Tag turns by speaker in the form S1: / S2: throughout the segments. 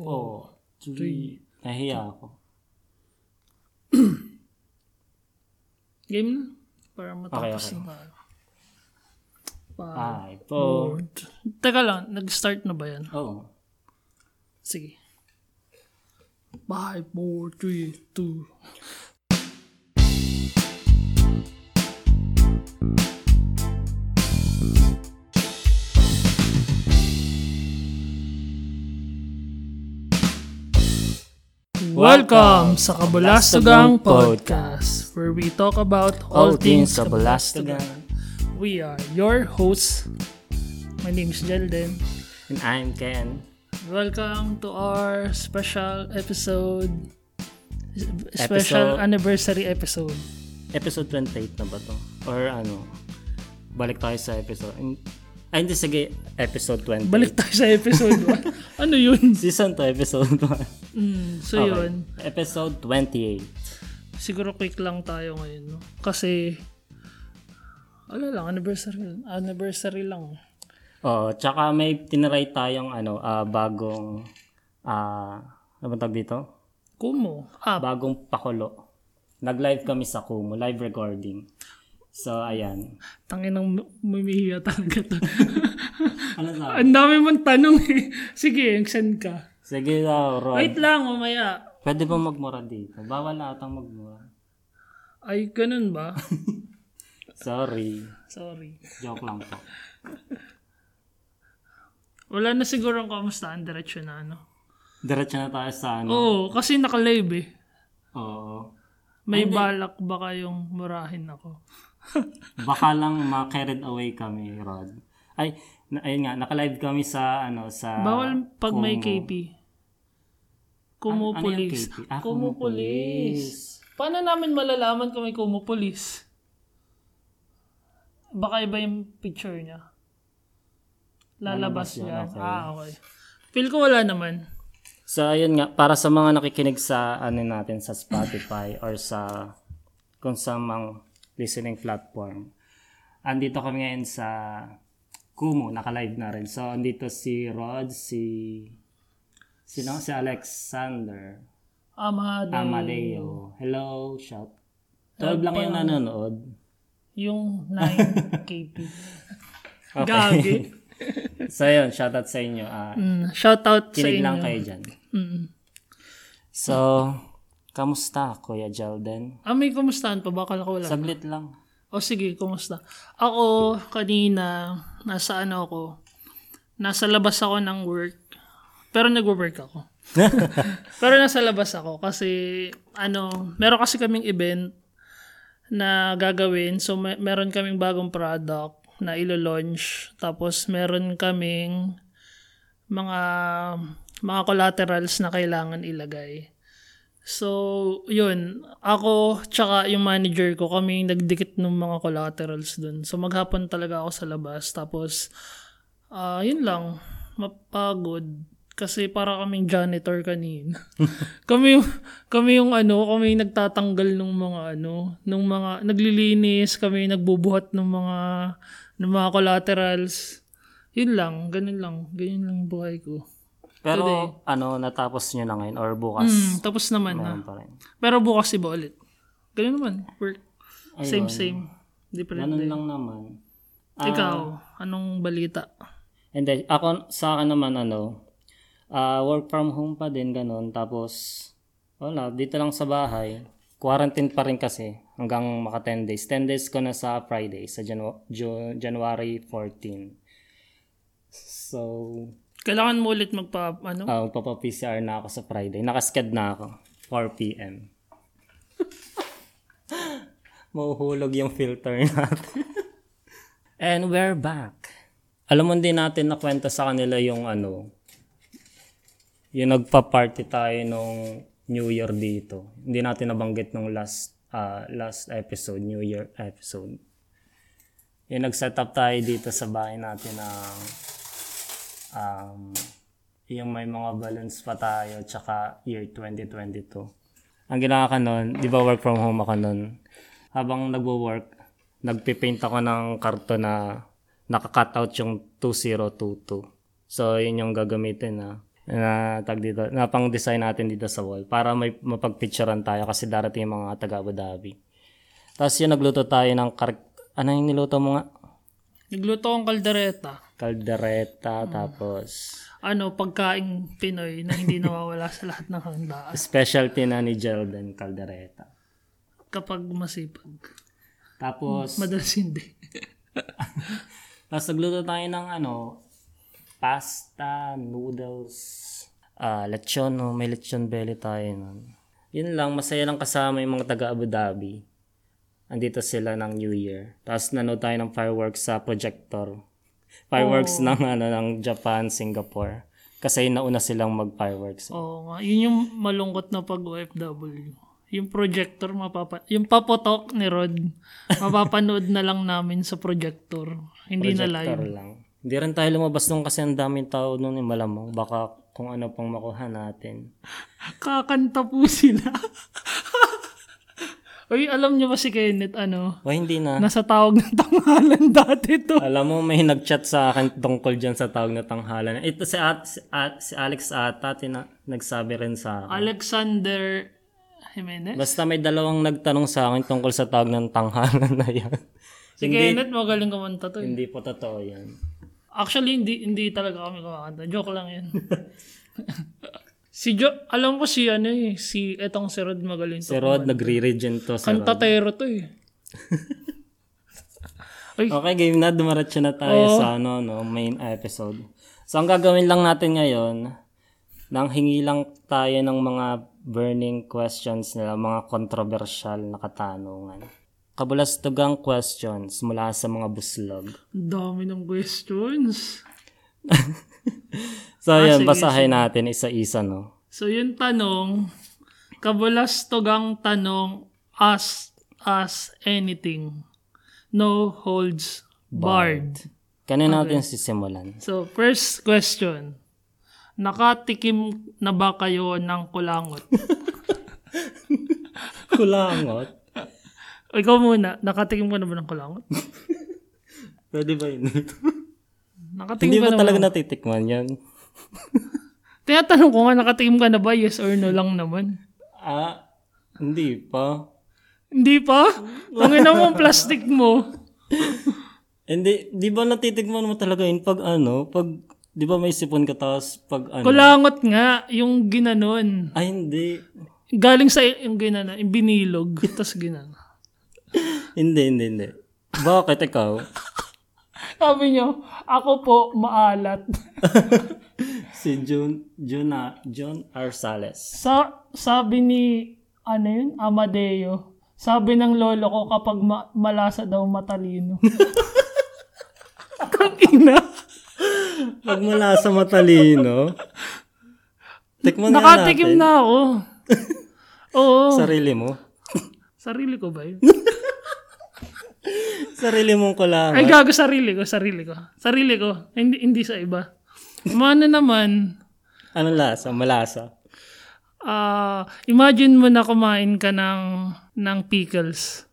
S1: Oo. Actually, nahiya ako.
S2: Game na. Para matapos
S1: Okay, okay.
S2: na tayo. Pa-
S1: Five, four.
S2: Teka lang, nag-start na ba yan?
S1: Oo.
S2: Sige. 5, 4, 3, 2. Welcome sa
S1: Kabulastugang
S2: Kabulastugang Podcast, where we talk about all, things Kabulastugan. We are your hosts. My name is Jelden.
S1: And I'm Ken.
S2: Welcome to our special episode.
S1: Episode.
S2: Special anniversary episode.
S1: Episode 28 na ba to? Or ano? Balik tayo sa episode. Ay, hindi. Sige, episode 20.
S2: Balik tayo sa episode 1. ano yun?
S1: Season to episode 1.
S2: Mm, so yun,
S1: Episode 28.
S2: siguro quick lang tayo ngayon. No? Kasi, wala lang, anniversary, anniversary lang.
S1: Oo. Oh, Tsaka may tinry tayong ano, ah, bagong... ah ano ba tawag dito?
S2: Kumo, app.
S1: Bagong pakulo. Nag-live kami sa Kumu. Live recording. So, ayan.
S2: Tangin ng mumihiya talaga to.
S1: Ano sa
S2: Ang dami mong tanong eh. Sige, send ka.
S1: Sige daw, Ron.
S2: Wait lang, mamaya.
S1: Pwede ba magmura dito? Bawal atang magmura.
S2: Ay, ganun ba?
S1: Sorry.
S2: Sorry.
S1: Joke lang po.
S2: Wala na siguro ang kamustahan, diretso na ano.
S1: Diretso na tayo sa ano.
S2: Oo, kasi naka-live eh.
S1: Oo.
S2: May balak ba kayong murahin ako?
S1: Baka lang ma-carried away kami, Rod. Ay, na, ayun nga, naka-live kami sa ano, sa...
S2: Bawal pag may
S1: Kumu.
S2: KP. Kumu
S1: Ano yung
S2: police.
S1: KP? Ah,
S2: Kumu
S1: Kumu police.
S2: police. Paano namin malalaman kung may kumu police? Baka iba yung picture niya.
S1: Lalabas
S2: Lalabas
S1: yan,
S2: yan.
S1: okay.
S2: Ah, okay. Feel ko wala naman.
S1: So, ayun nga, para sa mga nakikinig sa ano natin, sa Spotify or sa kung sa mga listening platform. Andito kami ngayon sa Kumu, naka-live na rin. So, andito si Rod, si... Sino? Si Alexander. Ah.
S2: Amado.
S1: Amadeo. Hello, shout. 12 lang yung nanonood.
S2: Yung 9 KP. Gagi.
S1: Okay. so, yun, shoutout sa inyo. Ah,
S2: Mm, shoutout sa
S1: kinig
S2: inyo.
S1: lang kayo dyan.
S2: Mm.
S1: So, kamusta, Kuya Jelden?
S2: Ah, may kumustahan pa? Baka ako wala.
S1: Saglit lang.
S2: O sige, kumusta? Ako, kanina, nasa ano ako, nasa labas ako ng work. Pero nag-work ako. pero nasa labas ako kasi, ano, meron kasi kaming event na gagawin. So, may, meron kaming bagong product na ilo-launch. Tapos, meron kaming mga mga collaterals na kailangan ilagay. So, yun. Ako, tsaka yung manager ko, kami yung nagdikit ng mga collaterals dun. So, maghapon talaga ako sa labas. Tapos, ah yun lang. Mapagod. Kasi para kaming janitor kanina. kami, yung- kami yung ano, kami yung nagtatanggal ng mga ano, ng mga, naglilinis, kami yung nagbubuhat ng mga, ng mga collaterals. Yun lang, ganun lang. Ganyan lang yung buhay ko.
S1: Pero, ano, natapos nyo na ngayon or bukas?
S2: Hmm, tapos naman na.
S1: Meron pa rin.
S2: Pero bukas iba ulit. Ganun naman. Work. Same, same. Different
S1: Ganun
S2: day.
S1: lang naman.
S2: Ikaw, anong balita?
S1: And then, ako, sa akin naman, ano, ah, work from home pa din, ganun. Tapos, wala, dito lang sa bahay. Quarantine pa rin kasi hanggang maka 10 days. 10 days ko na sa Friday, sa Janu- Ju- January 14. So,
S2: Kailangan mo ulit magpa, ano?
S1: ah, magpapa-PCR na ako sa Friday. Nakasked na ako, 4 p.m. Mahuhulog yung filter natin. And we're back. Alam mo hindi natin nakwenta sa kanila yung ano, yung nagpa-party tayo nung New Year dito. Hindi natin nabanggit nung last ah, last episode, New Year episode. Yung nag-set up tayo dito sa bahay natin ng um, yung may mga balloons pa tayo tsaka year 2022. Ang ginawa ko nun, di ba work from home ako nun? Habang nagwo-work, nagpipaint ako ng karton na nakacut out yung 2022. So, yun yung gagamitin na. na tag dito, na pang-design natin dito sa wall para may mapagpicturean tayo kasi darating yung mga taga Abu Dhabi. Tapos yun, nagluto tayo ng kar- ano yung niluto mo nga?
S2: Nagluto akong kaldereta.
S1: Caldereta, tapos
S2: Ano, pagkaing Pinoy na hindi nawawala sa lahat ng handaan.
S1: specialty na ni Jelden, caldereta.
S2: Kapag masipag.
S1: Tapos,
S2: Madalas hindi.
S1: Tapos nagluto tayo ng ano, pasta, noodles, ah lechon, no? may lechon belly tayo nun. Yun lang, masaya lang kasama yung mga taga Abu Dhabi. Andito sila ng New Year. Tapos nanood tayo ng fireworks sa projector. Fireworks ng, ano, ng Japan, Singapore. Kasi nauna silang mag-fireworks.
S2: Oo nga. Yun yung malungkot na pag OFW. Yung projector, mapapa yung papotok ni Rod, mapapanood na lang namin sa projector. Hindi na live.
S1: Projector lang. Hindi rin tayo lumabas nung kasi ang daming tao nun eh, malamang. Baka kung ano pang makuha natin.
S2: Kakanta po sila. Uy, alam niyo ba si Kenneth, ano?
S1: O hindi na.
S2: Nasa tawag ng tanghalan dati to.
S1: Alam mo, may nag-chat sa akin tungkol dyan sa tawag na tanghalan. Ito si, at, si, At- si Alex ata, tina, nagsabi rin sa akin.
S2: Alexander Jimenez?
S1: Basta may dalawang nagtanong sa akin tungkol sa tawag ng tanghalan na yan.
S2: Si Kenneth magaling kumanta to. eh.
S1: Hindi po totoo yan.
S2: Actually, hindi hindi talaga kami kumakanta. Joke lang yun. si Jo, alam ko si ano eh, si etong si Rod magaling
S1: Si
S2: to.
S1: Rod, nagre-regen to. Si Rod.
S2: Kantatero to eh.
S1: Okay, game na. Dumaratso na tayo sa ano, no, main episode. So, ang gagawin lang natin ngayon, nang hingi lang tayo ng mga burning questions nila, mga controversial na katanungan. Kabulastugang questions mula sa mga buslog.
S2: Ang dami ng questions.
S1: So, yun, basahin natin isa-isa, no?
S2: So yung tanong, kabulastogang tanong, ask us anything. No holds barred.
S1: Kanina natin sisimulan.
S2: So, first question. Nakatikim na ba kayo ng kulangot?
S1: Kulangot?
S2: O, Ikaw muna, nakatikim ka na ba ng kulangot?
S1: Pwede ba yun? Hindi
S2: Nakatikim ka
S1: ba
S2: na
S1: talaga natitikman yan?
S2: Tinatanong ko nga, nakatikim ka na ba? Yes or no lang naman.
S1: Ah, hindi pa.
S2: Hindi pa? Tangin mo ang plastic mo.
S1: Hindi, di ba natitikman mo talaga yun pag ano, pag, di ba may sipon ka tapos pag ano?
S2: Kulangot nga, yung ginanon.
S1: Ay, hindi.
S2: Galing sa yung ginanon, yung binilog, tapos ginanon.
S1: Hindi, hindi, hindi. Bakit ikaw?
S2: Sabi niyo, ako po maalat.
S1: Si Jun, Jun, ah, John R. Sales.
S2: Sa, sabi ni, ano yun, Amadeo, sabi ng lolo ko kapag ma- malasa daw matalino. Kang ina.
S1: Pag mula sa matalino, tikman nga
S2: Nakatikim
S1: natin.
S2: na ako. Oo.
S1: Sarili mo.
S2: sarili ko ba yun?
S1: Sarili mong kulangot.
S2: Ay, gago, sarili ko, sarili ko. Sarili ko. Hindi, hindi sa iba. Mano naman,
S1: Ano lasa? Malasa.
S2: ah imagine mo na kumain ka ng, ng pickles.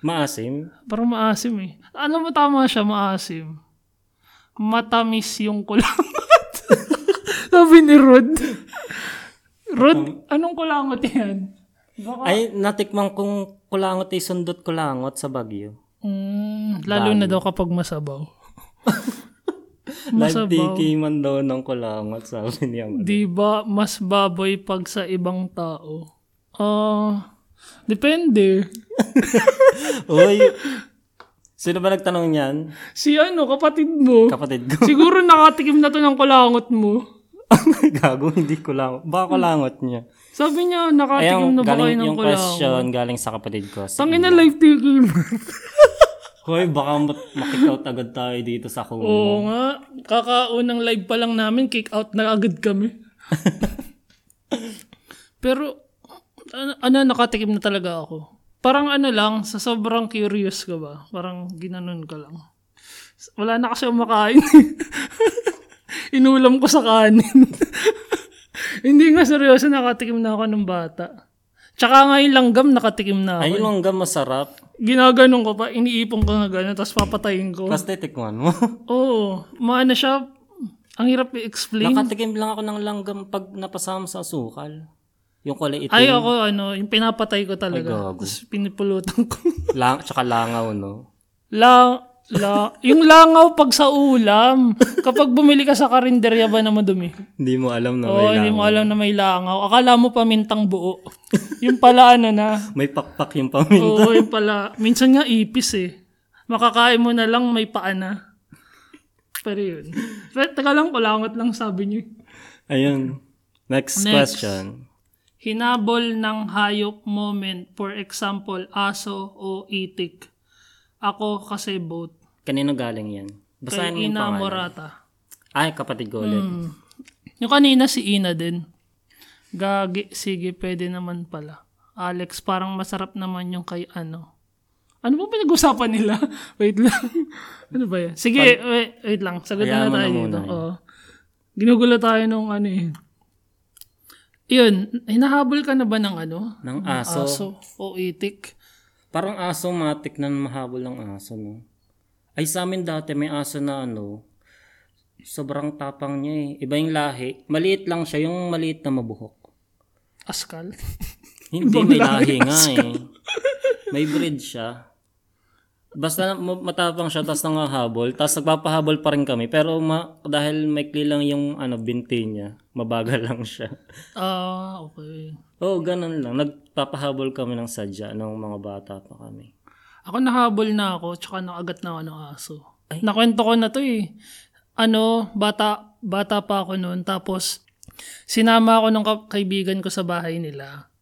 S1: Maasim.
S2: Parang maasim eh. Alam mo, tama siya, maasim. Matamis yung kulangot. Sabi ni Rod. Rod, anong kulangot yan?
S1: Ay, natikman kong kulangot ay sundot kulangot sa Bagyo.
S2: Mm, lalo na daw kapag masabaw.
S1: Live TK man daw ng kulangot, sabi niya.
S2: Di ba mas baboy pag sa ibang tao? Ah, depende.
S1: Uy, sino ba nagtanong niyan?
S2: Si ano, kapatid mo.
S1: Kapatid ko.
S2: Siguro nakatikim na to ng kulangot mo.
S1: Gago, hindi kulangot. Baka kulangot niya.
S2: Sabi niya, nakatikim
S1: Ayun,
S2: na ba kayo
S1: galing
S2: ng
S1: yung
S2: kulangot?
S1: question galing sa kapatid ko.
S2: Tangin na live tikim.
S1: Hoy, baka mat- makikout agad tayo dito sa kumo.
S2: Oo nga. Kakaunang live pa lang namin, kick out na agad kami. Pero, ano, ano, nakatikim na talaga ako. Parang ano lang, sa sobrang curious ka ba? Parang ginanon ka lang. Wala na kasi umakain. Inulam ko sa kanin. Hindi nga seryoso, nakatikim na ako ng bata. Tsaka nga yung langgam, nakatikim na ako.
S1: Ayun lang ga masarap.
S2: Ginaganon ko pa, iniipon ko nga gano'n, tapos papatayin ko.
S1: Tapos titikman mo.
S2: Oo. Maano siya, Ang hirap i-explain.
S1: Nakatikim lang ako ng langgam pag napasama sa sukal. Yung kulay itim.
S2: Ay, ako, ano, yung pinapatay ko talaga.
S1: gago.
S2: Tapos pinipulutan ko.
S1: Lang, tsaka langaw, no?
S2: La, la, yung langaw pag sa ulam. Kapag bumili ka sa karinderya ba na madumi?
S1: Hindi mo alam na
S2: Oo,
S1: may
S2: hindi
S1: langaw.
S2: mo alam na may langaw. Akala mo pamintang buo. yung pala ano na.
S1: May pakpak yung paminta.
S2: Oo, yung pala. Minsan nga ipis eh. Makakain mo na lang may paa na. Pero yun. Pero teka lang, kulangot lang sabi niyo. eh.
S1: Ayun. Next,
S2: Next.
S1: question.
S2: Hinabol ng hayop moment, for example, aso o itik. Ako kasi both.
S1: Kanino galing yan? Basahin mo
S2: Kay
S1: yung
S2: Ina
S1: pangalan.
S2: Morata.
S1: Ay, kapatid ko ulit.
S2: Hmm. Yung kanina si Ina din. Gagi, sige, pwede naman pala. Alex, parang masarap naman yung kay ano. Ano ba pinag-usapan nila? wait lang. ano ba yan? Sige, wait, wait lang.
S1: Hayaan
S2: Sagutan na
S1: mo na
S2: tayo
S1: muna
S2: dito.
S1: yun.
S2: Oo. Ginugulo tayo nung ano eh. Yun, hinahabol ka na ba ng ano?
S1: Ng aso.
S2: Aso o itik?
S1: Parang aso matik na mahabol ng aso, no? Ay, sa amin dati may aso na ano, sobrang tapang niya eh. Iba yung lahi. Maliit lang siya, yung maliit na mabuhok.
S2: Askal?
S1: Hindi,
S2: Ibang
S1: may lahi
S2: lahi
S1: nga eh. May breed siya. Basta ma- matapang siya, tapos nangahabol. Tapos nagpapahabol pa rin kami. Pero ma- dahil maikli lang yung ano, binti niya, mabagal lang siya.
S2: Ah, okay.
S1: Oo, oh, ganun lang. Nagpapahabol kami ng sadya nung mga bata pa kami.
S2: Ako nahabol na ako, tsaka nakagat na ako ng aso. Nakwento ko na to eh. Ano, bata, bata pa ako noon. Tapos, sinama ako ng ka- kaibigan ko sa bahay nila.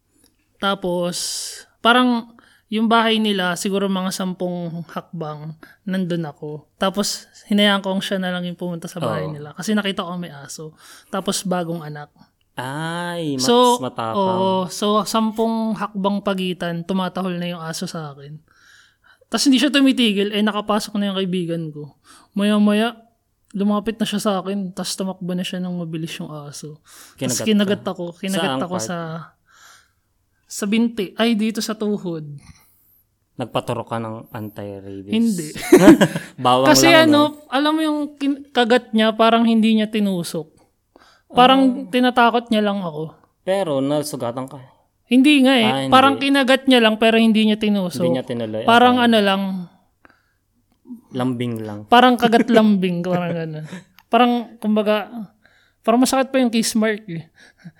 S2: Tapos, parang yung bahay nila, siguro mga sampung hakbang, nandun ako. Tapos, hinayaan ko siya na lang yung pumunta sa bahay
S1: Oo.
S2: nila. Kasi nakita ko may aso. Tapos, bagong anak.
S1: Ay, mas
S2: So,
S1: matapang.
S2: oo. so, sampung hakbang pagitan, tumatahol na yung aso sa akin. Tapos hindi siya tumitigil, eh nakapasok na yung kaibigan ko. Maya-maya, lumapit na siya sa akin, tapos tumakbo na siya ng mabilis yung aso. Tapos
S1: Kinagat ka?
S2: kinagat ako, kinagat
S1: Saang
S2: ako
S1: part?
S2: sa sa binti. Ay, dito sa tuhod.
S1: Nagpaturo ka ng anti-rabies.
S2: Hindi.
S1: Bawang
S2: Kasi
S1: lang. no?
S2: ano, alam mo yung kin- kagat niya, parang hindi niya tinusok.
S1: Oh.
S2: Parang tinatakot niya lang ako.
S1: Pero nasugatan ka.
S2: Hindi nga eh.
S1: Ah, hindi.
S2: Parang kinagat niya lang pero hindi niya tinusok.
S1: Hindi niya tinuloy.
S2: Parang ano lang,
S1: Lambing lang.
S2: parang kagat lambing, parang ganun. Parang, kumbaga, parang masakit pa yung kiss mark eh.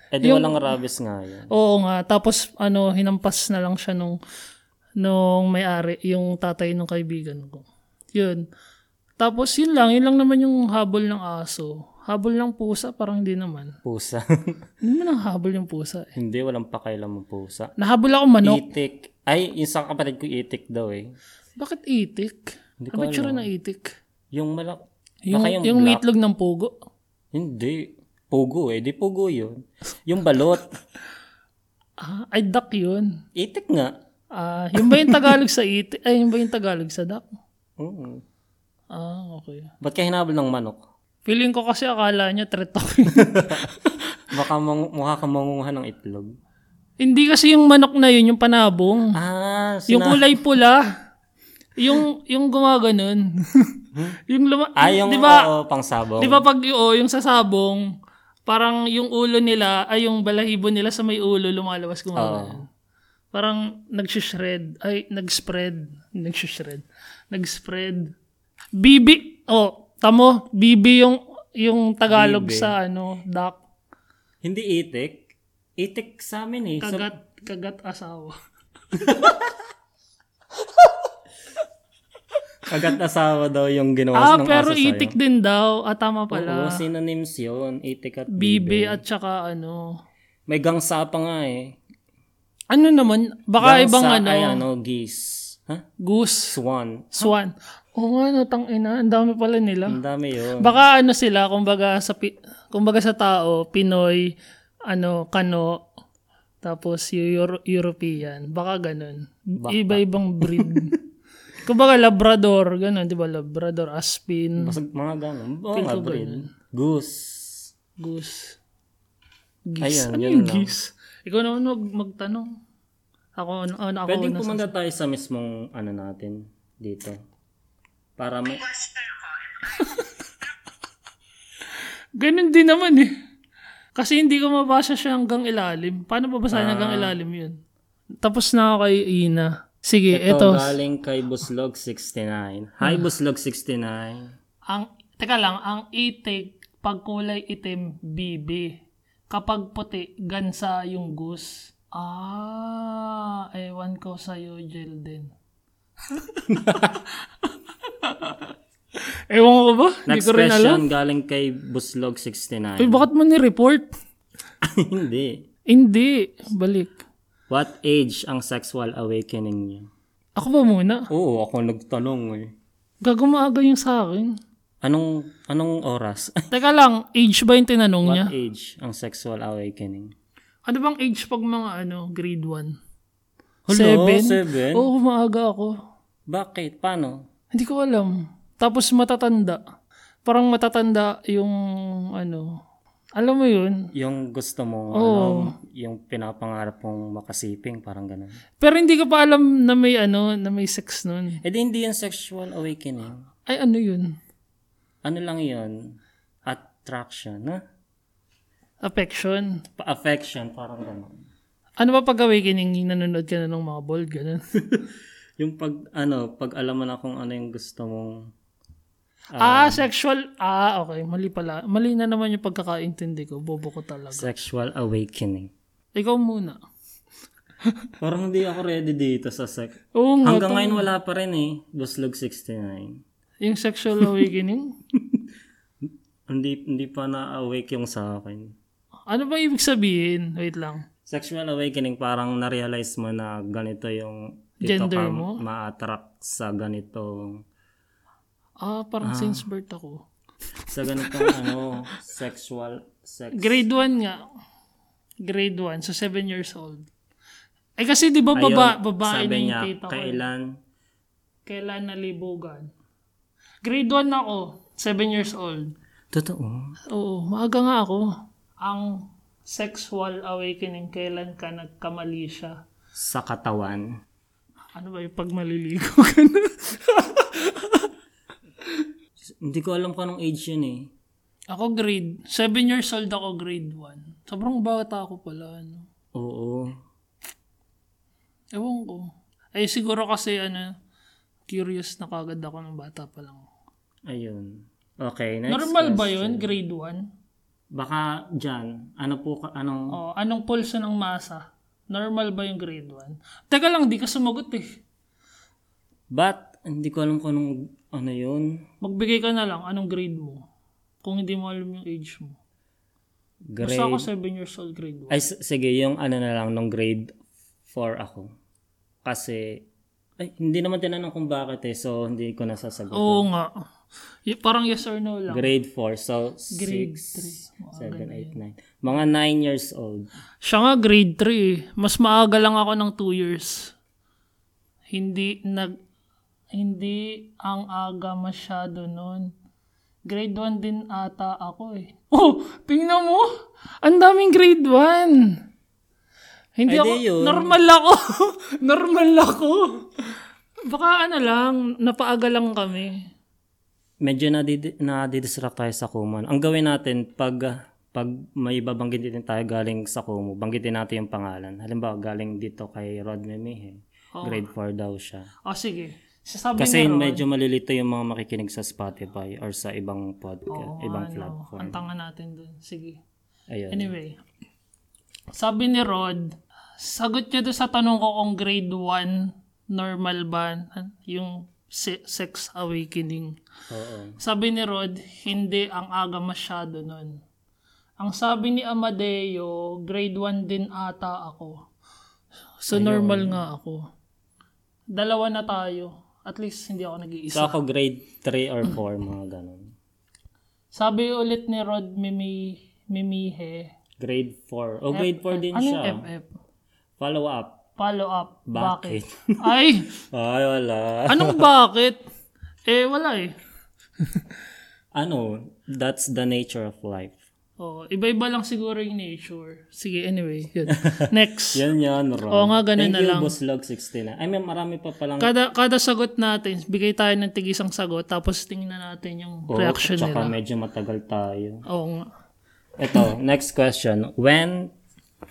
S1: Eh di walang rabies nga yun.
S2: Oo nga, tapos ano, hinampas na lang siya nung, nung may-ari, yung tatay ng kaibigan ko. Yun. Tapos yun lang, yun lang naman yung habol ng aso. Habol ng pusa, parang hindi naman.
S1: Pusa.
S2: Hindi naman ang habol yung pusa eh.
S1: Hindi, walang pakailan mo pusa.
S2: Nahabol ako manok.
S1: Itik. Ay, yung sa kapatid ko itik daw eh.
S2: Bakit itik?
S1: Hindi ko
S2: Ano ba
S1: alam.
S2: tsura ng itik?
S1: Yung malak...
S2: Yung,
S1: Baka
S2: yung,
S1: yung, black.
S2: meatloaf ng pogo.
S1: Hindi. Pugo eh. Di pugo yun. Yung balot.
S2: Ah, ay, duck yun.
S1: Itik nga.
S2: Ah, yun ba yung Tagalog sa iti? Ay, yun ba yung Tagalog sa duck?
S1: Mm.
S2: Ah, okay.
S1: Ba't ka hinabol ng manok?
S2: Feeling ko kasi akala niya threat ako.
S1: Baka mang, mukha kang mangunguha ng itlog.
S2: Hindi kasi yung manok na yun, yung panabong.
S1: Ah,
S2: yung
S1: sina-
S2: kulay pula. Yung, yung gumaganon. yung luma-
S1: Ah, yung
S2: di ba,
S1: oo, pangsabong.
S2: di ba pag oo, yung sasabong, parang yung ulo nila, ay yung balahibo nila sa may ulo, lumalabas gumaganon. Parang nag-shred, ay, nag-spread, nag-shred, nag-spread. Bibi, oh, tamo, bibi yung, yung Tagalog
S1: Bibi.
S2: sa, ano, duck,
S1: Hindi itik. Itik sa amin eh. Sa-
S2: kagat, kagat asawa.
S1: kagat asawa daw yung ginawa
S2: Ah,
S1: ng
S2: pero
S1: aso sa'yo.
S2: itik din daw, at tama
S1: Oo,
S2: pala.
S1: synonyms yun. Itik at bibi.
S2: Bibi at saka, ano,
S1: May gangsa pa nga eh.
S2: ano naman,
S1: Gangsa
S2: baka ibang
S1: Ay,
S2: ano,
S1: ano, geese. Ha?
S2: goose,
S1: Swan.
S2: swan. Oo nga, no, tang ina, ang dami pala nila.
S1: Ang dami yun.
S2: Baka ano sila, kumbaga sa, pi- kumbaga sa tao, Pinoy, ano, Kano, tapos Euro- European. Baka ganun. Iba-ibang breed. kumbaga Labrador, ganun, di ba? Labrador, Aspin,
S1: Basta mga ganun. Oo nga,
S2: ko ba
S1: breed. Goose.
S2: Goose.
S1: Ayun,
S2: Geese. ano
S1: yun
S2: yung
S1: lang.
S2: geese? Ikaw naman mag- magtanong. Ako, ano, ano, ako,
S1: Pwedeng
S2: una sa-
S1: pumunta tayo sa mismong ano natin dito. Para may...
S2: Ganun din naman eh. Kasi hindi ko mabasa siya hanggang ilalim. Paano babasahin
S1: Ah.
S2: hanggang ilalim yun? Tapos na ako kay Ina. Sige,
S1: Ito,
S2: eto.
S1: galing kay Buslog69.
S2: Hmm.
S1: Hi, Buslog69.
S2: Ang, teka lang, ang itik, pag kulay itim, bibi. Kapag puti, gansa yung gus. Ah, ewan ko sa'yo, Jelden. ewan ko ba? Hindi
S1: Next
S2: ko rin alam.
S1: question galing kay
S2: Ay,
S1: Buslog69.
S2: bakit mo ni-report?
S1: Hindi.
S2: Hindi. Balik.
S1: What age ang sexual awakening niyo?
S2: Ako ba muna?
S1: Oo, ako nagtanong eh.
S2: Gagumaga yung sa akin.
S1: Anong anong oras?
S2: Teka lang, age ba yung tinanong niya?
S1: What age ang sexual awakening?
S2: Ano bang age pag mga ano, grade 1?
S1: Hello,
S2: Seven?
S1: seven?
S2: Oo, maaga ako.
S1: Bakit? Paano?
S2: Hindi ko alam. Tapos matatanda. Parang matatanda yung ano. Alam mo yun?
S1: Yung gusto
S2: Oh.
S1: mo, ano, yung pinapangarap mong makasiping, parang ganun.
S2: Pero hindi ko pa alam na may ano, na may sex nun.
S1: Eh di hindi yung sexual awakening.
S2: Ay, ano yun?
S1: Ano lang yun? Attraction, na?
S2: Affection.
S1: Affection, parang ganun.
S2: Ano ba pag awakening nanonood ka na ng mga bold? Ganun.
S1: Yung pag, ano, pag alam mo na kung ano yung gusto mong
S2: ah, sexual. Ah, okay. Mali pala. Mali na naman yung pagkakaintindi ko. Bobo ko talaga.
S1: sexual awakening.
S2: Ikaw muna.
S1: Parang hindi ako ready dito sa sex.
S2: Oo nga.
S1: Hanggang ngayon wala pa rin eh. Buslog 69.
S2: Yung sexual awakening?
S1: Hindi, hindi pa na-awake yung sa akin.
S2: ano ba ibig sabihin? Wait lang.
S1: Sexual awakening, parang na-realize mo na ganito yung ito
S2: Gender
S1: ka
S2: mo?
S1: ma-attract sa ganito
S2: Ah, parang since birth ako.
S1: sa ganitong ano sexual sex
S2: Grade 1 nga. Grade 1. So, 7 years old. Eh kasi di ba baba,
S1: Ayun,
S2: babae na
S1: sabi
S2: yung
S1: niya
S2: tita Diba, ko. eh.
S1: kailan
S2: Kailan nalibugan? Grade 1 ako. 7 years old.
S1: totoo
S2: Oo, maaga nga ako. Ang sexual awakening, kailan ka nagkamali siya?
S1: sa katawan
S2: Ano ba yung pag maliligo ka na?
S1: hindi ko alam kung anong age yun eh
S2: Ako grade, 7 years old ako grade 1. Sobrang bata ako pala. Ano.
S1: oo
S2: Ewan ko. Ay siguro kasi ano, curious na kagad ako ng bata pa lang.
S1: ayun okay next
S2: Normal ba
S1: question.
S2: yun, grade 1?
S1: baka dyan ano po ka, anong
S2: O, Oh, anong pulso ng masa? Normal ba yung grade 1? Teka lang, di ka sumagot eh.
S1: but hindi ko alam kung anong ano yun
S2: Magbigay ka na lang, anong grade mo? Kung hindi mo alam yung age mo. Gusto
S1: grade
S2: ako 7 years old, grade 1.
S1: ay s- sige yung ano na lang nung grade 4 ako kasi ay, hindi naman tinanong kung bakit eh so hindi ko nasasagot
S2: Oo nga. Y- parang yes or no lang.
S1: Grade 4. So, 6,
S2: Ah. Grade
S1: 7, 8, 9. Mga 9 years old.
S2: Siya nga grade 3 eh. Mas maaga lang ako ng 2 years. Hindi nag hindi ang aga masyado noon. Grade 1 din ata ako eh. Oh, tingnan mo. Ang daming grade 1. Hindi
S1: Ay,
S2: ako,
S1: di yun.
S2: normal ako. normal ako. Baka ano lang, napaaga lang kami.
S1: Medyo nadid- nadidistract tayo sa Kuman. Ang gawin natin, pag pag may babanggit din tayo galing sa Kumu, banggitin natin yung pangalan. Halimbawa, galing dito kay Rod Memihe. Grade 4 daw siya.
S2: O Ah, sige, sasabi
S1: Kasi
S2: ni Ron,
S1: medyo malilito yung mga makikinig sa Spotify or sa ibang podcast, ibang
S2: ano,
S1: platform.
S2: ang tanga natin dun. Sige.
S1: Ayun.
S2: Anyway, sabi ni Rod, sagot niya doon sa tanong ko kung grade 1 normal ba yung se- sex awakening.
S1: Oo.
S2: Sabi ni Rod, hindi ang aga masyado nun. Ang sabi ni Amadeo, grade 1 din ata ako. So normal nga ako. Dalawa na tayo. At least hindi ako nag-iisa.
S1: So ako grade 3 or 4, mga ganun.
S2: Sabi ulit ni Rod Mimi, Mimihe.
S1: Grade 4. O grade 4 din
S2: Ano
S1: siya.
S2: yung FF?
S1: Follow up.
S2: Follow up.
S1: Bakit?
S2: Bakit? Ay,
S1: Ay, wala.
S2: anong bakit? Eh, wala eh.
S1: Ano, that's the nature of life.
S2: Oo, iba-iba lang siguro yung nature. Sige, anyway, yun. Next.
S1: Yan yan, Ron.
S2: Oo nga, ganun
S1: Thank
S2: na
S1: you,
S2: lang.
S1: Boss Log 69. I mean, marami pa palang
S2: Kada kada sagot natin, bigay tayo ng tigisang sagot tapos tingnan natin yung
S1: Oo,
S2: reaction
S1: tsaka
S2: nila.
S1: medyo matagal tayo.
S2: Oo nga.
S1: Ito, next question. When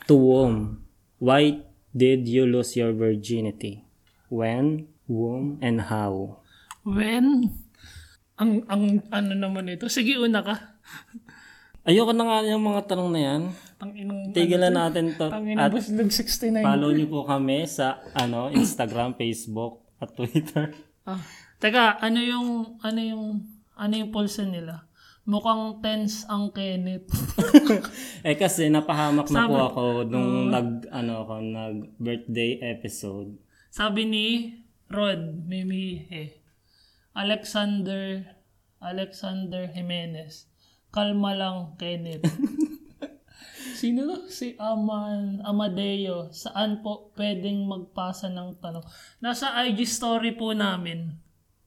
S1: to womb, why did you lose your virginity? When, womb, and how?
S2: When? Ang, ang ano naman ito? Sige, una ka.
S1: Ayoko na nga yung mga tanong na yan.
S2: Ang inong,
S1: Tigilan natin to.
S2: Ano ang
S1: At
S2: inong Buslog 69.
S1: follow niyo po kami sa ano Instagram, Facebook, at Twitter.
S2: Ah, teka, ano yung, ano yung, ano yung pulsa nila? Mukhang tense ang Kenneth.
S1: eh kasi napahamak na po ako nung nag ano ako nag birthday episode.
S2: Sabi ni Rod Mimi eh, Alexander Alexander Jimenez. Kalma lang, Kenneth. Sino to? Si Aman Amadeo. Saan po pwedeng magpasa ng tanong? Nasa IG story po namin.